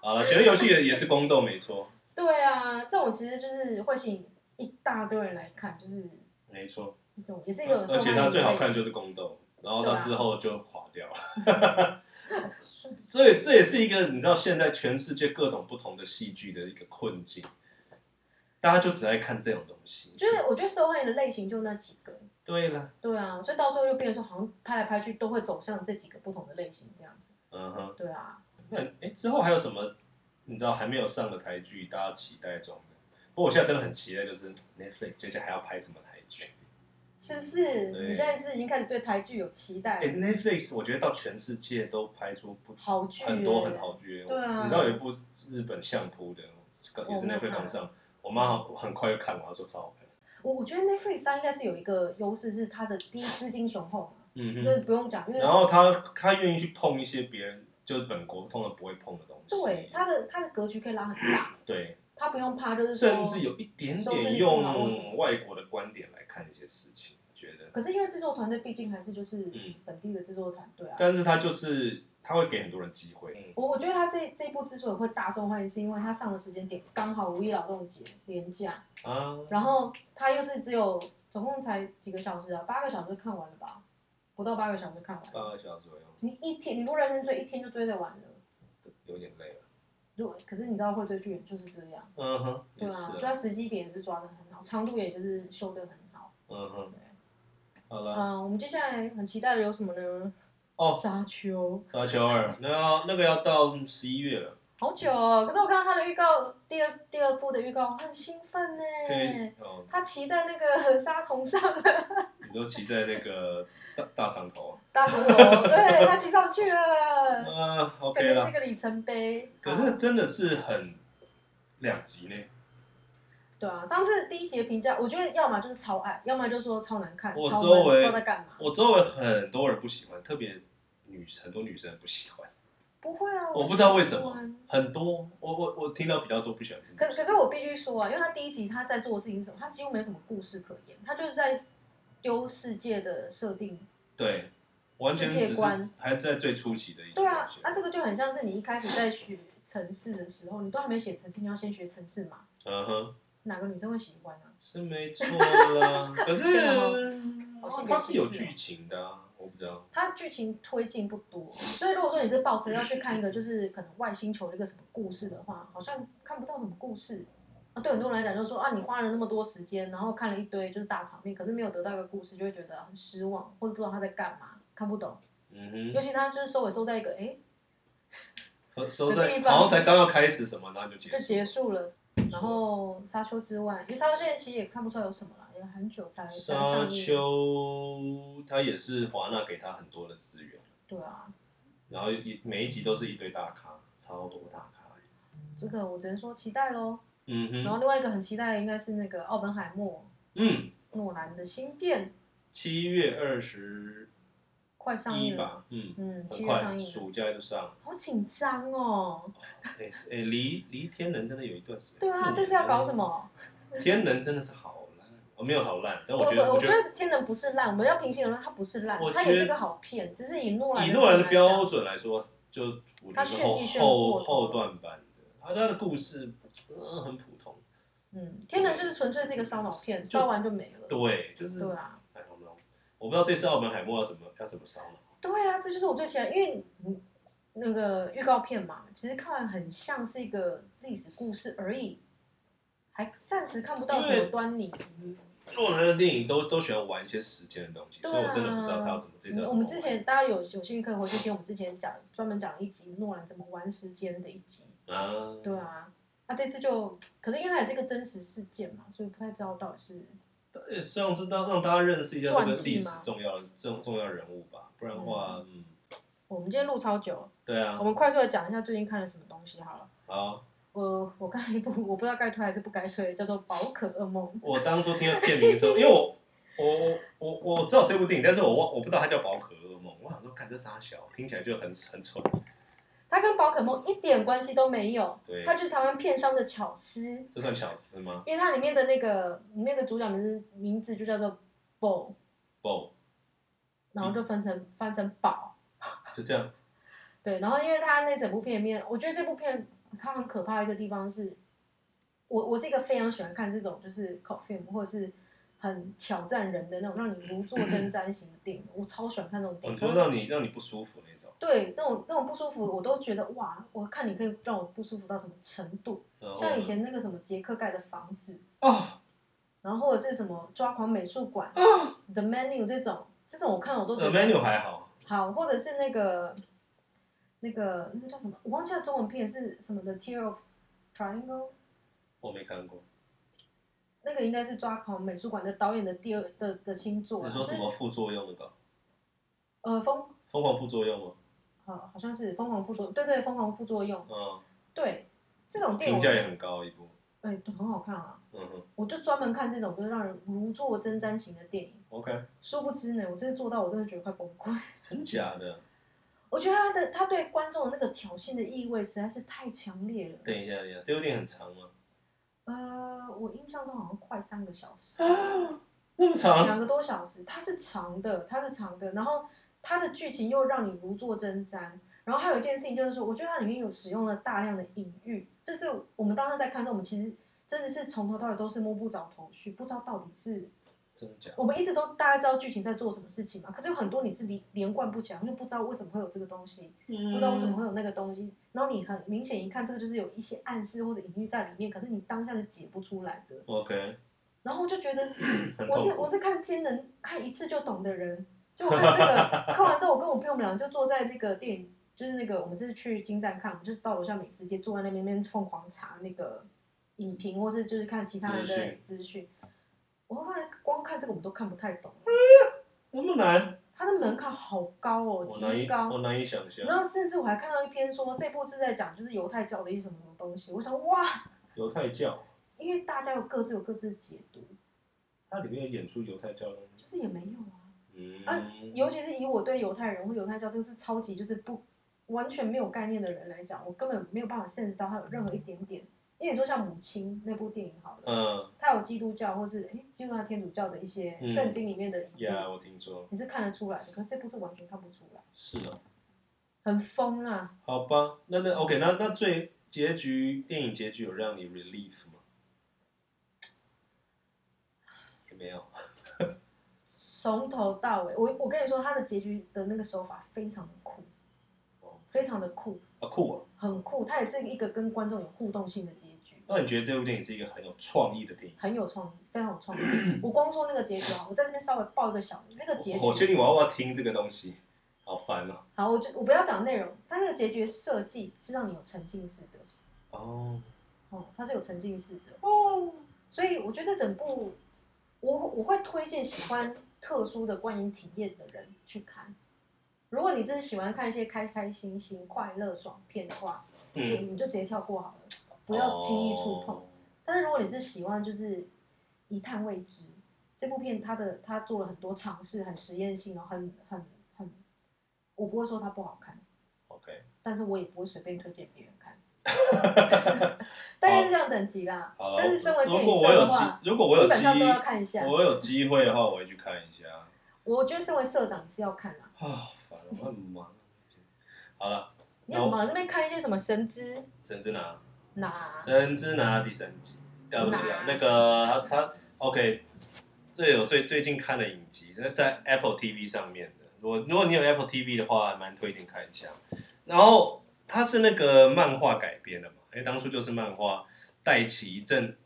S2: 好了，权力游戏也也是宫斗，没错，
S1: 对啊，这种其实就是会吸引一大堆人来看，就是
S2: 没错。
S1: 一种也是一个受
S2: 而
S1: 欢
S2: 且
S1: 迎的
S2: 它最好看
S1: 类型
S2: 就是宫斗，然后到
S1: 对啊
S2: 之后就垮掉了。 所以这也是一个你知道现在全世界各种不同的戏剧的一个困境，大家就只爱看这种东西。
S1: 就是我觉得受欢迎的类型就那几个，
S2: 对了，
S1: 对啊，所以到最后就变成说，好像拍来拍去都会走向这几个不同的类型这样子，
S2: 嗯哼，
S1: 对啊，
S2: 那哎、诶之后还有什么你知道还没有上的台剧，大家期待中的？不过我现在真的很期待，就是 Netflix 接下来还要拍什么台剧。
S1: 是不是？
S2: 对
S1: 你现在是已经开始对台剧有期待
S2: 哎、，n e t f l i x 我觉得到全世界都拍出不
S1: 好剧、欸，
S2: 很多很好剧。
S1: 对啊
S2: 你知道有一部日本相扑的，也是
S1: 我没有
S2: Netflix 刚上，我妈很快就看完，她说超好看。
S1: 我我觉得 Netflix 它应该是有一个优势，是它的第一资金雄厚嘛，
S2: 嗯
S1: 就是不用讲，因为
S2: 然后她她愿意去碰一些别人就是本国通常不会碰的东西。
S1: 对它的它的格局可以拉很大，
S2: 对
S1: 它不用怕就是说
S2: 甚至有一点
S1: 收视
S2: 点
S1: 率不好或什
S2: 用
S1: 么
S2: 外国的观点来看一些事情，觉得，
S1: 可是因为制作团队毕竟还是就是
S2: 嗯
S1: 本地的嗯制作团队啊，
S2: 但是她就是她会给很多人机会。
S1: 我我觉得他这这一部之所以会大受欢迎，是因为他上的时间点刚好五一劳动节连假，
S2: 啊，
S1: 然后他又是只有总共才几个小时啊，八个小时就看完了吧，不到八个小时就看完了。
S2: 八个啊小时左右，
S1: 你一天你不认真追，一天就追得完了。
S2: 有点累了。
S1: 如果可是你知道会追剧就是这样，
S2: 嗯哼，
S1: 对
S2: 也
S1: 啊，
S2: 是
S1: 所以
S2: 啊，
S1: 他时机点也是抓得很好，长度也就是修得很好。
S2: 嗯哼
S1: 对，
S2: 好了。
S1: 啊、我们接下来很期待的有什么呢？
S2: 哦
S1: 沙丘，
S2: 沙丘二，那要那个要到十一月了，
S1: 好久哦。可是我看到他的预告，第二第二部的预告，我很兴奋呢。
S2: 可以哦，
S1: 他骑在那个沙虫上了，
S2: 你都骑在那个大大长头
S1: 大头 头，对他骑上去
S2: 啊、
S1: 了，感
S2: ，OK
S1: 觉是
S2: 啦
S1: 一。个里程碑。
S2: 可
S1: 好
S2: 是真的是很两极呢，
S1: 对啊，上次第一节评价，我觉得要么就是超爱，要么就说超难看，
S2: 我
S1: 超
S2: 周
S1: 闷，不
S2: 围
S1: 知道在干嘛。
S2: 我周围很多人不喜欢，特别女很多女生不喜欢，
S1: 不会啊，
S2: 我不知道为什么
S1: 我喜欢
S2: 很多我我我听到比较多不喜欢是女
S1: 可
S2: 生。
S1: 可是我必须说啊，因为他第一集他在做的事情是什么，他几乎没有什么故事可言，他就是在丢世界的设定。
S2: 对，完全
S1: 世界
S2: 只
S1: 观
S2: 是还是在最初期的一些
S1: 对啊
S2: 东西，
S1: 那、这个就很像是你一开始在学城市的时候，你都还没写城市，你要先学城市嘛，
S2: 嗯哼，
S1: 哪个女生会喜欢啊？
S2: 是没错 啦。可是
S1: 对啊好性别
S2: 它是有
S1: 歧视哦
S2: 剧情的、啊，我不知道。
S1: 它剧情推进不多，所以如果说你是抱持要去看一个就是可能外星球的一个什么故事的话，好像看不到什么故事。啊，对很多人来讲，就是说啊，你花了那么多时间，然后看了一堆就是大场面，可是没有得到一个故事，就会觉得很失望，或者不知道他在干嘛，看不懂。
S2: 嗯哼
S1: 尤。其他就是收尾收在一个哎、诶
S2: 呃收
S1: 的
S2: 在
S1: 地方
S2: 好像才刚要开始什么，然后就结束
S1: 就
S2: 了。
S1: 结束了。
S2: 没错
S1: 然后沙丘之外，因为沙丘现在其实也看不出来有什么啦，也很久才才
S2: 沙
S1: 上映。
S2: 丘，它也是华纳给他很多的资源，
S1: 对啊，
S2: 然后一每一集都是一堆大咖，超多大咖。
S1: 这个我只能说期待喽。
S2: 嗯
S1: 然后
S2: 哼，
S1: 另外一个很期待的应该是那个奥本海默
S2: 嗯，
S1: 诺兰的新片，
S2: 七月二十
S1: 快上
S2: 一
S1: 映了，
S2: 吧，嗯，
S1: 嗯，七
S2: 很
S1: 月上
S2: 快，
S1: 映了，
S2: 暑假就上。
S1: 好紧张哦。
S2: 哎哎，离离天人真的有一段时间。
S1: 对
S2: 四
S1: 啊，
S2: 年
S1: 这是要搞什？么？
S2: 天人真的是好烂，我没有好烂，但
S1: 我
S2: 我觉得
S1: 我
S2: 我
S1: 我
S2: 觉
S1: 觉
S2: 得
S1: 得《天能》不是烂，我们要平心而论，它不是烂
S2: 我，
S1: 它
S2: 觉得
S1: 也是个好片，只是以诺兰
S2: 以诺兰
S1: 的
S2: 的标准来说，就我觉
S1: 他
S2: 得是
S1: 炫
S2: 后
S1: 技炫
S2: 后
S1: 过头
S2: 后
S1: 了
S2: 段版的，他他的故事呃很普通。
S1: 嗯，《天能》就是纯粹是一个烧脑片，烧完就没了。
S2: 对，就是
S1: 对啊，
S2: 哎，我不知道我不知道这次澳门海默要怎么要怎么烧脑。
S1: 对啊，这就是我最喜欢，因为你那个预告片嘛，其实看完很像是一个历史故事而已，还暂时看不到什么端倪。
S2: 诺兰的电影都都喜欢玩一些时间的东西，
S1: 对啊
S2: 所以我真的不知道他要怎么这次
S1: 嗯
S2: 要怎么玩
S1: 我们之前大家有有兴趣可以回去听我们之前讲专门讲一集诺兰怎么玩时间的一集。
S2: 啊，
S1: 对啊，那、这次就可是因为它也是一个真实事件嘛，所以不太知道到底是
S2: 呃像是让让大家认识一下这个
S1: 传记
S2: 历
S1: 吗
S2: 史重要的这种重要人物吧，不然的话，嗯，
S1: 我们今天录超久，
S2: 对啊
S1: 我，们快速的讲一下最近看了什么东西好了。
S2: 好，
S1: 我我看了一部我不知道该推还是不该推，叫做《宝可噩梦》。
S2: 我当初听到片名的时候，因为我我我我我知道这部电影，但是我忘我不知道它叫《宝可噩梦》，我想说，看这傻小，听起来就很很蠢，
S1: 它跟宝可梦一点关系都没有，
S2: 对
S1: 它，就是台湾片商的巧思，因
S2: 这算巧思吗
S1: 为它里面的那个里面的主角名字名字就叫做 Bo，
S2: 不，
S1: 然后就分成、翻成宝，
S2: 就这样，
S1: 对，然后因为它那整部片里面，我觉得这部片它很可怕的一个地方是，我我是一个非常喜欢看这种就是 c o film 或者是很挑战人的那种让你如坐针毡型的电影，我超喜欢看这种电
S2: 我
S1: 影。
S2: 说让你让你不舒服那种。
S1: 对那种那种不舒服，我都觉得哇，我看你可以让我不舒服到什么程度？
S2: 然后
S1: 像以前那个什么杰克盖的房子，
S2: 啊，
S1: 然后或者是什么抓狂美术馆、The Menu 这种，这种我看了我都觉
S2: 呃
S1: 得
S2: 啊 menu 还好，
S1: 好，或者是那个那个那个叫什么？我忘记了中文片是什么的 Tear of Triangle，
S2: 我没看过。
S1: 那个应该是抓狂美术馆的导演的第二的的新作啊，
S2: 你说什
S1: 就是
S2: 么副作用的吧？
S1: 呃疯
S2: 疯狂副作用吗？
S1: 好好像是疯狂副作对对疯狂副作用
S2: 嗯，
S1: 对这种电影
S2: 评
S1: 我
S2: 价也很高一部。
S1: 哎、都很好看啊，
S2: 嗯哼
S1: 我就专门看这种就是让人如坐针毡型的电影。
S2: ，OK，
S1: 殊不知呢，我真的做到，我真的觉得快崩溃。
S2: 真假的？
S1: 我觉得他的他对观众的那个挑衅的意味实在是太强烈了。
S2: 等一下，等一下，这部电影很长吗？
S1: 呃，我印象中好像快三个小时。
S2: 那么长？
S1: 两个多小时，它是长的，它是长的，然后它的剧情又让你如坐针毡。然后还有一件事情就是说，我觉得它里面有使用了大量的隐喻，这是我们当时在看的时候，我们其实真的是从头到尾都是摸不着头绪，不知道到底是
S2: 真假？
S1: 我们一直都大概知道剧情在做什么事情嘛，可是有很多你是连连贯不起来，就不知道为什么会有这个东西，
S2: 不
S1: 不知道为
S2: 嗯
S1: 什么。会有那个东西，然后你很明显一看这个就是有一些暗示或者隐喻在里面，可是你当下是解不出来的。
S2: OK，
S1: 然后我就觉得
S2: 很
S1: 我
S2: 痛
S1: 是
S2: 苦
S1: 我是看天能看一次就懂的人，就我看这个看完之后，我跟我朋友我们俩就坐在那个电影，就是那个我们是去金站看，我们就到楼下美食街坐在那边那边疯狂查那个影评，或是就是看其他人
S2: 资
S1: 的
S2: 讯
S1: 资讯。我会发现光看这个我们都看不太懂，
S2: 那么难，
S1: 它的门槛好高哦，
S2: 我难
S1: 极
S2: 以
S1: 高
S2: 我。难以想象
S1: 然后甚至我还看到一篇说这部是在讲就是犹太教的一些什么什么东西，我想哇，
S2: 犹太教，
S1: 因为大家有各自有各自的解读，
S2: 它里面有演出犹太教的东西。
S1: 就是也没有啊。
S2: 嗯，
S1: 尤其是以我对犹太人或犹太教这个是超级就是不完全没有概念的人来讲，我根本没有办法 sense 到他有任何一点点。因为你说像《母亲》那部电影好了，
S2: 嗯
S1: 它有基督教或是诶基督教、天主教的一些
S2: 嗯
S1: 圣经里面的隐喻，
S2: 呀，我听说
S1: 你是看得出来的，可是这部是完全看不出来，
S2: 是哦。
S1: 很疯啊！
S2: 好吧，那那 OK，那那最结局电影结局有让你 relief 吗？也没有。
S1: 从头到尾，我我跟你说，他的结局的那个手法非常的酷，
S2: 哦，
S1: 非常的酷，
S2: 啊酷啊！
S1: 很酷。它也是一个跟观众有互动性的结局，
S2: 那你觉得这部电影是一个很有创意的电影？
S1: 很有创意，非常有创意。我光说那个结局啊，我在这边稍微爆一个小那个结
S2: 我我确
S1: 局。
S2: 定我要不要听这个东西，好烦哦。
S1: 好，我就我不要讲内容，它那个结局设计是让你有沉浸式的，
S2: 哦，
S1: 哦，它是有沉浸式的。所以我觉得整部，我我会推荐喜欢特殊的观影体验的人去看。如果你真的喜欢看一些开开心心、快乐爽片的话，就
S2: 嗯，
S1: 你就直接跳过好了，不要轻易触碰。
S2: 哦。
S1: 但是如果你是喜欢就是一探未知，这部片它的它做了很多尝试，很实验性哦，很很很，我不会说它不好看，
S2: OK，
S1: 但是我也不会随便推荐别人 看。大概是这样等级啦。
S2: 好了。
S1: 但是身为
S2: 如
S1: 电
S2: 果
S1: 影
S2: 我
S1: 社
S2: 有
S1: 的
S2: 机
S1: 话，，
S2: 如果我有
S1: 基本
S2: 机，
S1: 上都要看一下。我
S2: 我有机会的话，我会去看一下。
S1: 觉得身为社长是要看啦。
S2: 啊，烦了，我很忙。啊好了，
S1: 你有吗？那边看一些什么神之
S2: 神之拿，
S1: 哪？
S2: 神之拿第三集，要不
S1: 拿
S2: 了那个他他 OK，这有最最近看的影集，那在 Apple TV 上面的。如果如果你有 Apple TV 的话，还蛮推荐看一下。然后它是那个漫画改编的嘛，因为当初就是漫画带起一阵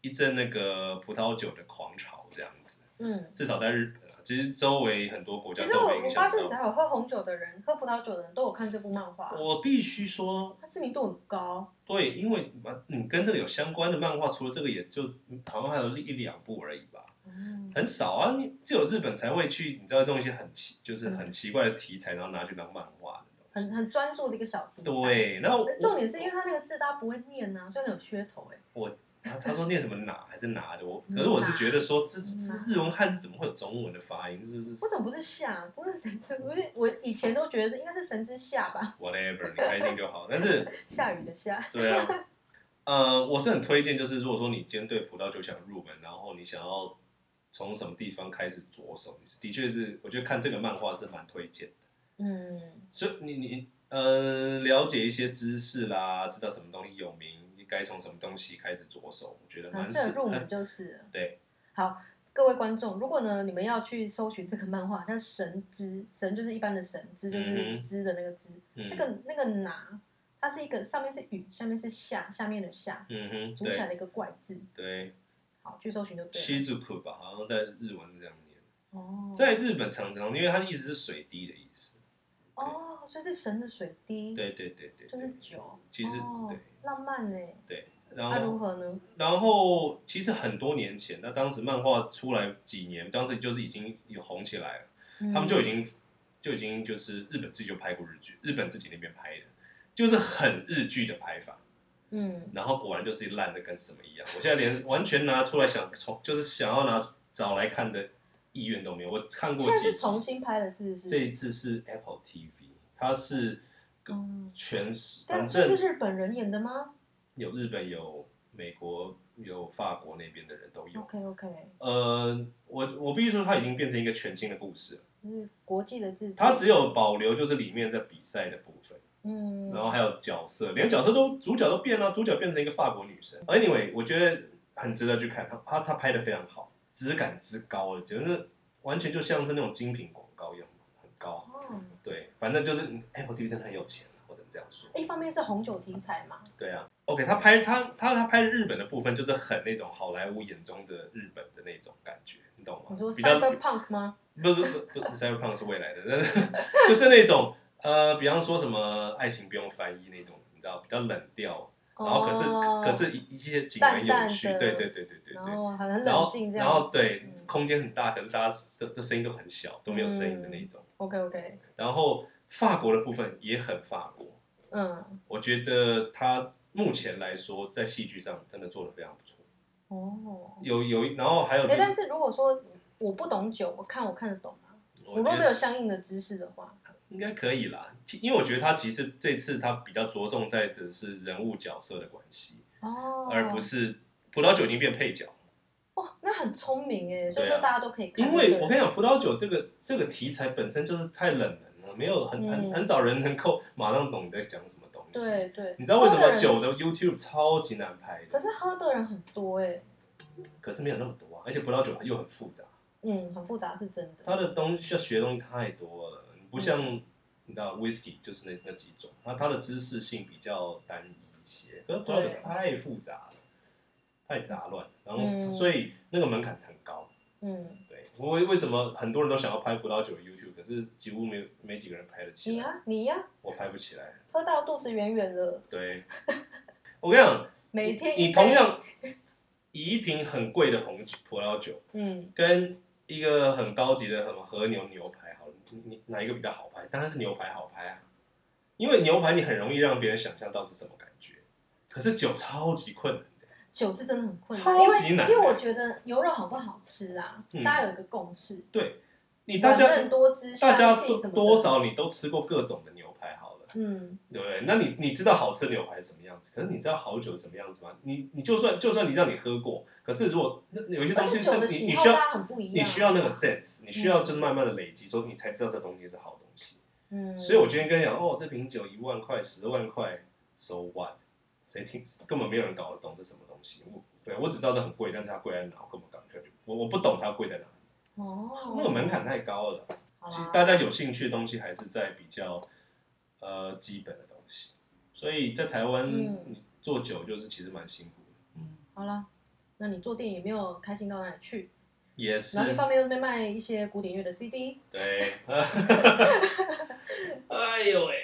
S2: 一阵那个葡萄酒的狂潮这样子，
S1: 嗯，
S2: 至少在日本啊，其实周围很多国家
S1: 其实
S2: 都
S1: 我
S2: 被影
S1: 我
S2: 响
S1: 发现只
S2: 到。
S1: 要有喝红酒的人、喝葡萄酒的人都有看这部漫画，
S2: 我必须说，
S1: 它知名度很高。
S2: 对，因为呃你跟这个有相关的漫画，除了这个，也就好像还有一两部而已吧，
S1: 嗯，
S2: 很少啊。你只有日本才会去，你知道弄一些很奇，就是很奇怪的题材，然后拿去当漫画的
S1: 嗯很很专注的一个小题材。
S2: 东西。对，那我
S1: 呃重点是因为他那个字大家不会念呐、所以很有噱头哎、
S2: 他他说念什么哪还是哪的，我
S1: 嗯
S2: 可是我是觉得说这这这日文汉字怎么会有中文的发音？就是
S1: 为什么不是下？不是神之，不是我以前都觉得是应该是神之下吧，
S2: whatever，你开心就好。但是
S1: 下雨的下。
S2: 对啊，呃，我是很推荐，就是如果说你今天对葡萄酒想入门，然后你想要从什么地方开始着手，你是的确是，我觉得看这个漫画是蛮推荐的。
S1: 嗯，
S2: 所以你你呃，了解一些知识啦，知道什么东西有名，你该从什么东西开始着手，我觉得蛮
S1: 啊嗯很适合入
S2: 很
S1: 门就是了。
S2: 对。
S1: 好，各位观众，如果呢你们要去搜寻这个漫画，像神之神就是一般的神之，就
S2: 嗯
S1: 是
S2: 哼
S1: 之的那个之，
S2: 嗯
S1: 那个那个拿，它是一个上面是雨，下面是下，下面的下，
S2: 嗯哼，
S1: 组起来
S2: 对
S1: 的一个怪字。
S2: 对，
S1: 好，去搜寻就对了。
S2: 七柱库吧，好像在日文是这样念，
S1: 哦，
S2: 在日本常常，因为它的意思是水滴的意思。
S1: 哦，所以是神的水滴，，
S2: 对对对对，
S1: 就
S2: 对
S1: 是酒。
S2: 其实
S1: 哦
S2: 对
S1: 浪漫呢。
S2: 对，然
S1: 那
S2: 后
S1: 如何呢？
S2: 然后其实很多年前，那当时漫画出来几年，当时就是已经有红起来了，
S1: 嗯
S2: 他们就已经就已经就是日本自己就拍过日剧，日本自己那边拍的，就是很日剧的拍法，
S1: 嗯
S2: 然后果然就是烂的跟什么一样。我现在连完全拿出来想从就是想要拿找来看的意愿都没有。我看过
S1: 现在
S2: 几
S1: 是重
S2: 集，
S1: 新拍的，是不是？
S2: 这一次是 Apple TV，它是
S1: 嗯
S2: 全是
S1: 但
S2: 反
S1: 这是
S2: 正
S1: 日本人演的吗
S2: 有日本有美国有法国那边的人都有。
S1: ？OK OK，
S2: 呃，我我必须说，它已经变成一个全新的故事了。
S1: 是国际的制作。
S2: 它只有保留就是里面在比赛的部分，
S1: 嗯，
S2: 然后还有角色，连角色都主角都变了，啊主角变成一个法国女生。Anyway，我觉得很值得去看，它它它拍的非常好，质感之高，我觉得完全就像是那种精品广告一样，很高。
S1: 哦，
S2: 对，反正就是嗯 Apple TV 真的很有钱啊，我只能这样说。
S1: 一方面是红酒题材嘛，
S2: 对啊，OK，他拍他他他拍日本的部分就是很那种好莱坞眼中的日本的那种感觉，你懂吗
S1: 你？说
S2: 比较
S1: cyberpunk 吗？
S2: 不不不不，Cyberpunk 是未来的，但是就是那种呃，比方说什么爱情不用翻译那种，你知道比较冷调，然后可是、
S1: 哦
S2: 可是一一些景
S1: 淡
S2: 很
S1: 淡
S2: 有趣，
S1: 的
S2: 对对对对对
S1: 然
S2: 对。
S1: 后很很
S2: 然
S1: 冷
S2: 后
S1: 静这
S2: 然
S1: 样
S2: 后
S1: 子。
S2: 对
S1: 嗯，
S2: 空间很大，可是大家的的声音都很小，都没有声音的那
S1: 嗯
S2: 种。
S1: OK OK，
S2: 然后法国的部分也很法国，
S1: 嗯，
S2: 我觉得他目前来说在戏剧上真的做的非常不错。
S1: 哦，
S2: 有有，然后还有就
S1: 哎，
S2: 是，
S1: 但是如果说我不懂酒，我看我看得懂吗？我
S2: 我
S1: 如
S2: 觉
S1: 果
S2: 得
S1: 没有相应的知识的话，
S2: 应该可以啦，其因为我觉得他其实这次他比较着重在的是人物角色的关系，
S1: 哦，
S2: 而不是葡萄酒已经变配角。
S1: 哇，那很聪明哎，所以
S2: 对啊
S1: 说大家都可以看。
S2: 因为我跟你讲，葡萄酒这个这个题材本身就是太冷门了，没有很很
S1: 嗯
S2: 很少人能够马上懂你在讲什么东西。，
S1: 对对，
S2: 你知道为什
S1: 喝的
S2: 么
S1: 人？
S2: 酒的 YouTube 超级难拍
S1: 可
S2: 的？
S1: 是喝的人很多哎，
S2: 可是没有那么多啊，而且葡萄酒又很复杂，
S1: 嗯，很复杂是真的。
S2: 它的东西要学的东西太多了，你不像
S1: 嗯
S2: 你知道 whisky 就是那那几种，那它的知识性比较单一一些，可是葡萄酒
S1: 对
S2: 太复杂了，太杂乱，然后、
S1: 嗯
S2: 所以那个门槛很高。
S1: 嗯，
S2: 对，为为什么很多人都想要拍葡萄酒的 YouTube，可是几乎没有没几个人拍得起
S1: 你
S2: 来，
S1: 呀你呀，
S2: 我拍不起来。
S1: 喝到肚子圆圆的，
S2: 对， 我跟你讲，
S1: 每天
S2: 你
S1: 一杯
S2: 你同样以一瓶很贵的红酒葡萄酒。
S1: 嗯，
S2: 跟一个很高级的什么和牛牛排好了，你你哪一个比较好拍？当然是牛排好拍啊，因为牛排你很容易让别人想象到是什么感觉，可是酒超级困难的。
S1: 酒是真的很困难，
S2: 超级
S1: 因为
S2: 难欸
S1: 因为我觉得牛肉好不好吃啊，
S2: 嗯
S1: 大家有一个共识，
S2: 对你大
S1: 反
S2: 家
S1: 正多汁，
S2: 大家
S1: 香气
S2: 多
S1: 什么的
S2: 多，少你都吃过各种的牛排好了，
S1: 嗯，
S2: 对不对？那你你知道好吃的牛排是什么样子，可是你知道好酒是什么样子吗？你你就算就算你让你喝过，可是如果那有一些
S1: 而
S2: 东西
S1: 且
S2: 是
S1: 酒的
S2: 你
S1: 喜
S2: 你
S1: 好
S2: 需
S1: 大
S2: 要
S1: 家很不一样，啊
S2: 你需要那个 sense，你需要就是慢慢的累积，说你才知道这东西是好东西。
S1: 嗯，
S2: 所以我今天跟你讲，哦，这瓶酒一万块、十万块，so what？谁听？根本没有人搞得懂这什么东西。我对我只知道这很贵，但是它贵在哪，我根本搞不清楚。我我不懂它贵在哪，
S1: 哦，
S2: 那个门槛太高了。
S1: 好啦，啊
S2: 其实大家有兴趣的东西还是在比较呃基本的东西，所以在台湾、
S1: 嗯
S2: 你做酒就是其实蛮辛苦的。嗯，
S1: 好啦，那你做店也没有开心到哪里去，
S2: 也是
S1: 然后一方面又在卖一些古典乐的 CD，
S2: 对。 哎呦喂、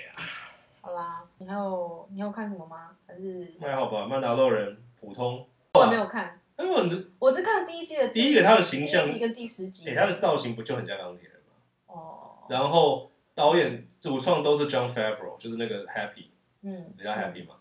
S1: 好啦，你还有你还有看什么吗？还是
S2: 还好吧，曼达洛人普通。
S1: 我还没有看，
S2: 哎我很
S1: 我只看了第一季的
S2: 第一个他的形
S1: 第
S2: 象
S1: 一集跟第十集
S2: 哎、，啊他的造型不就很像钢铁人吗？
S1: 嗯哦，
S2: 然后导演主创都是 John Favreau，就是那个 Happy，
S1: 嗯，
S2: 你知道 Happy 吗？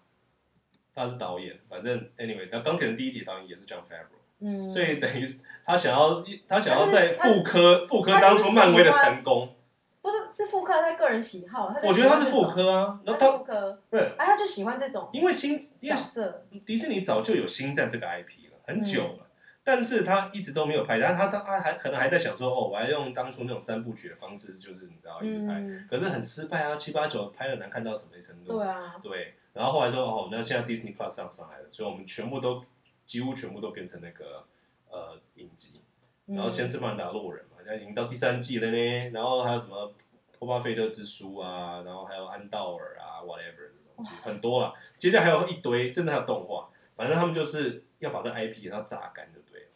S2: 他是导演，反正 anyway，那钢铁人第一集导演也是 John Favreau，、
S1: 嗯，
S2: 所以等于是他想要他想
S1: 他
S2: 要
S1: 是
S2: 在
S1: 他是
S2: 复刻复刻当初漫威的成功，
S1: 不是是复刻他个人喜好，他就
S2: 我觉得他
S1: 喜
S2: 是
S1: 欢这种，
S2: 复刻啊，那
S1: 他是
S2: 他
S1: 复刻，
S2: 不是
S1: 哎，他就喜欢这种
S2: 因为星因
S1: 角
S2: 为
S1: 色，
S2: 迪士尼早就有星战这个 IP 了，很久
S1: 嗯
S2: 了。但是他一直都没有拍，但是他他他还可能还在想说，哦，我要用当初那种三部曲的方式，就是你知道一直拍，
S1: 嗯，
S2: 可是很失败啊，七八九拍的难看到什么程度？
S1: 对啊，
S2: 对然后后来说哦，那现在 Disney Plus 上上来了，所以我们全部都几乎全部都变成那个呃影集，
S1: 嗯
S2: 然后先是曼达洛人嘛，现在已经到第三季了呢，然后还有什么托巴费特之书啊，然后还有安道尔啊，whatever 这种东西很多啦。接下来还有一堆，真的还有动画，反正他们就是要把这 IP 给它榨干就对了。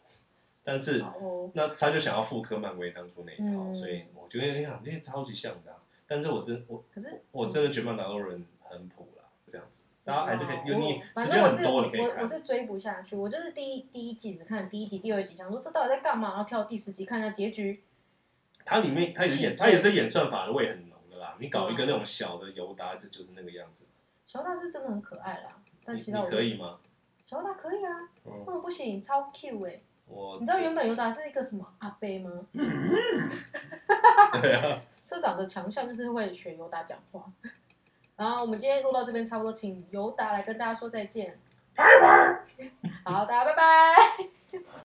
S2: 但是
S1: 好哦，
S2: 那他就想要复刻漫威当初那一套，
S1: 嗯
S2: 所以我觉得你想那些超级像的啊、但是我真我
S1: 可是
S2: 我真的觉得曼达洛人很普啦，这样子，大家还是可以，因为
S1: 哦
S2: 你
S1: 反
S2: 时
S1: 正
S2: 间
S1: 我
S2: 很
S1: 是
S2: 多，
S1: 我
S2: 你可以
S1: 我
S2: 看
S1: 我。是追不下去，我就是第一第一季只看第一集、第二集，想说这到底在干嘛，然后跳到第十集看一下结局。
S2: 它里面它也是演，
S1: 气质
S2: 它也是演算法的味很浓的啦。你搞一个
S1: 嗯
S2: 那种小的尤达，就就是那个样子。
S1: 小大是真的很可爱啦，
S2: 你
S1: 但其他
S2: 你
S1: 我
S2: 可以吗？
S1: 小大可以啊，
S2: 嗯
S1: 为什么不行？超 Q 哎、
S2: 我
S1: 你知道原本尤达是一个什么阿贝吗？
S2: 对啊，
S1: 社长的强项就是会学尤达讲话。 然后我们今天录到这边差不多，请尤达来跟大家说再见。拜拜。好，大家拜拜。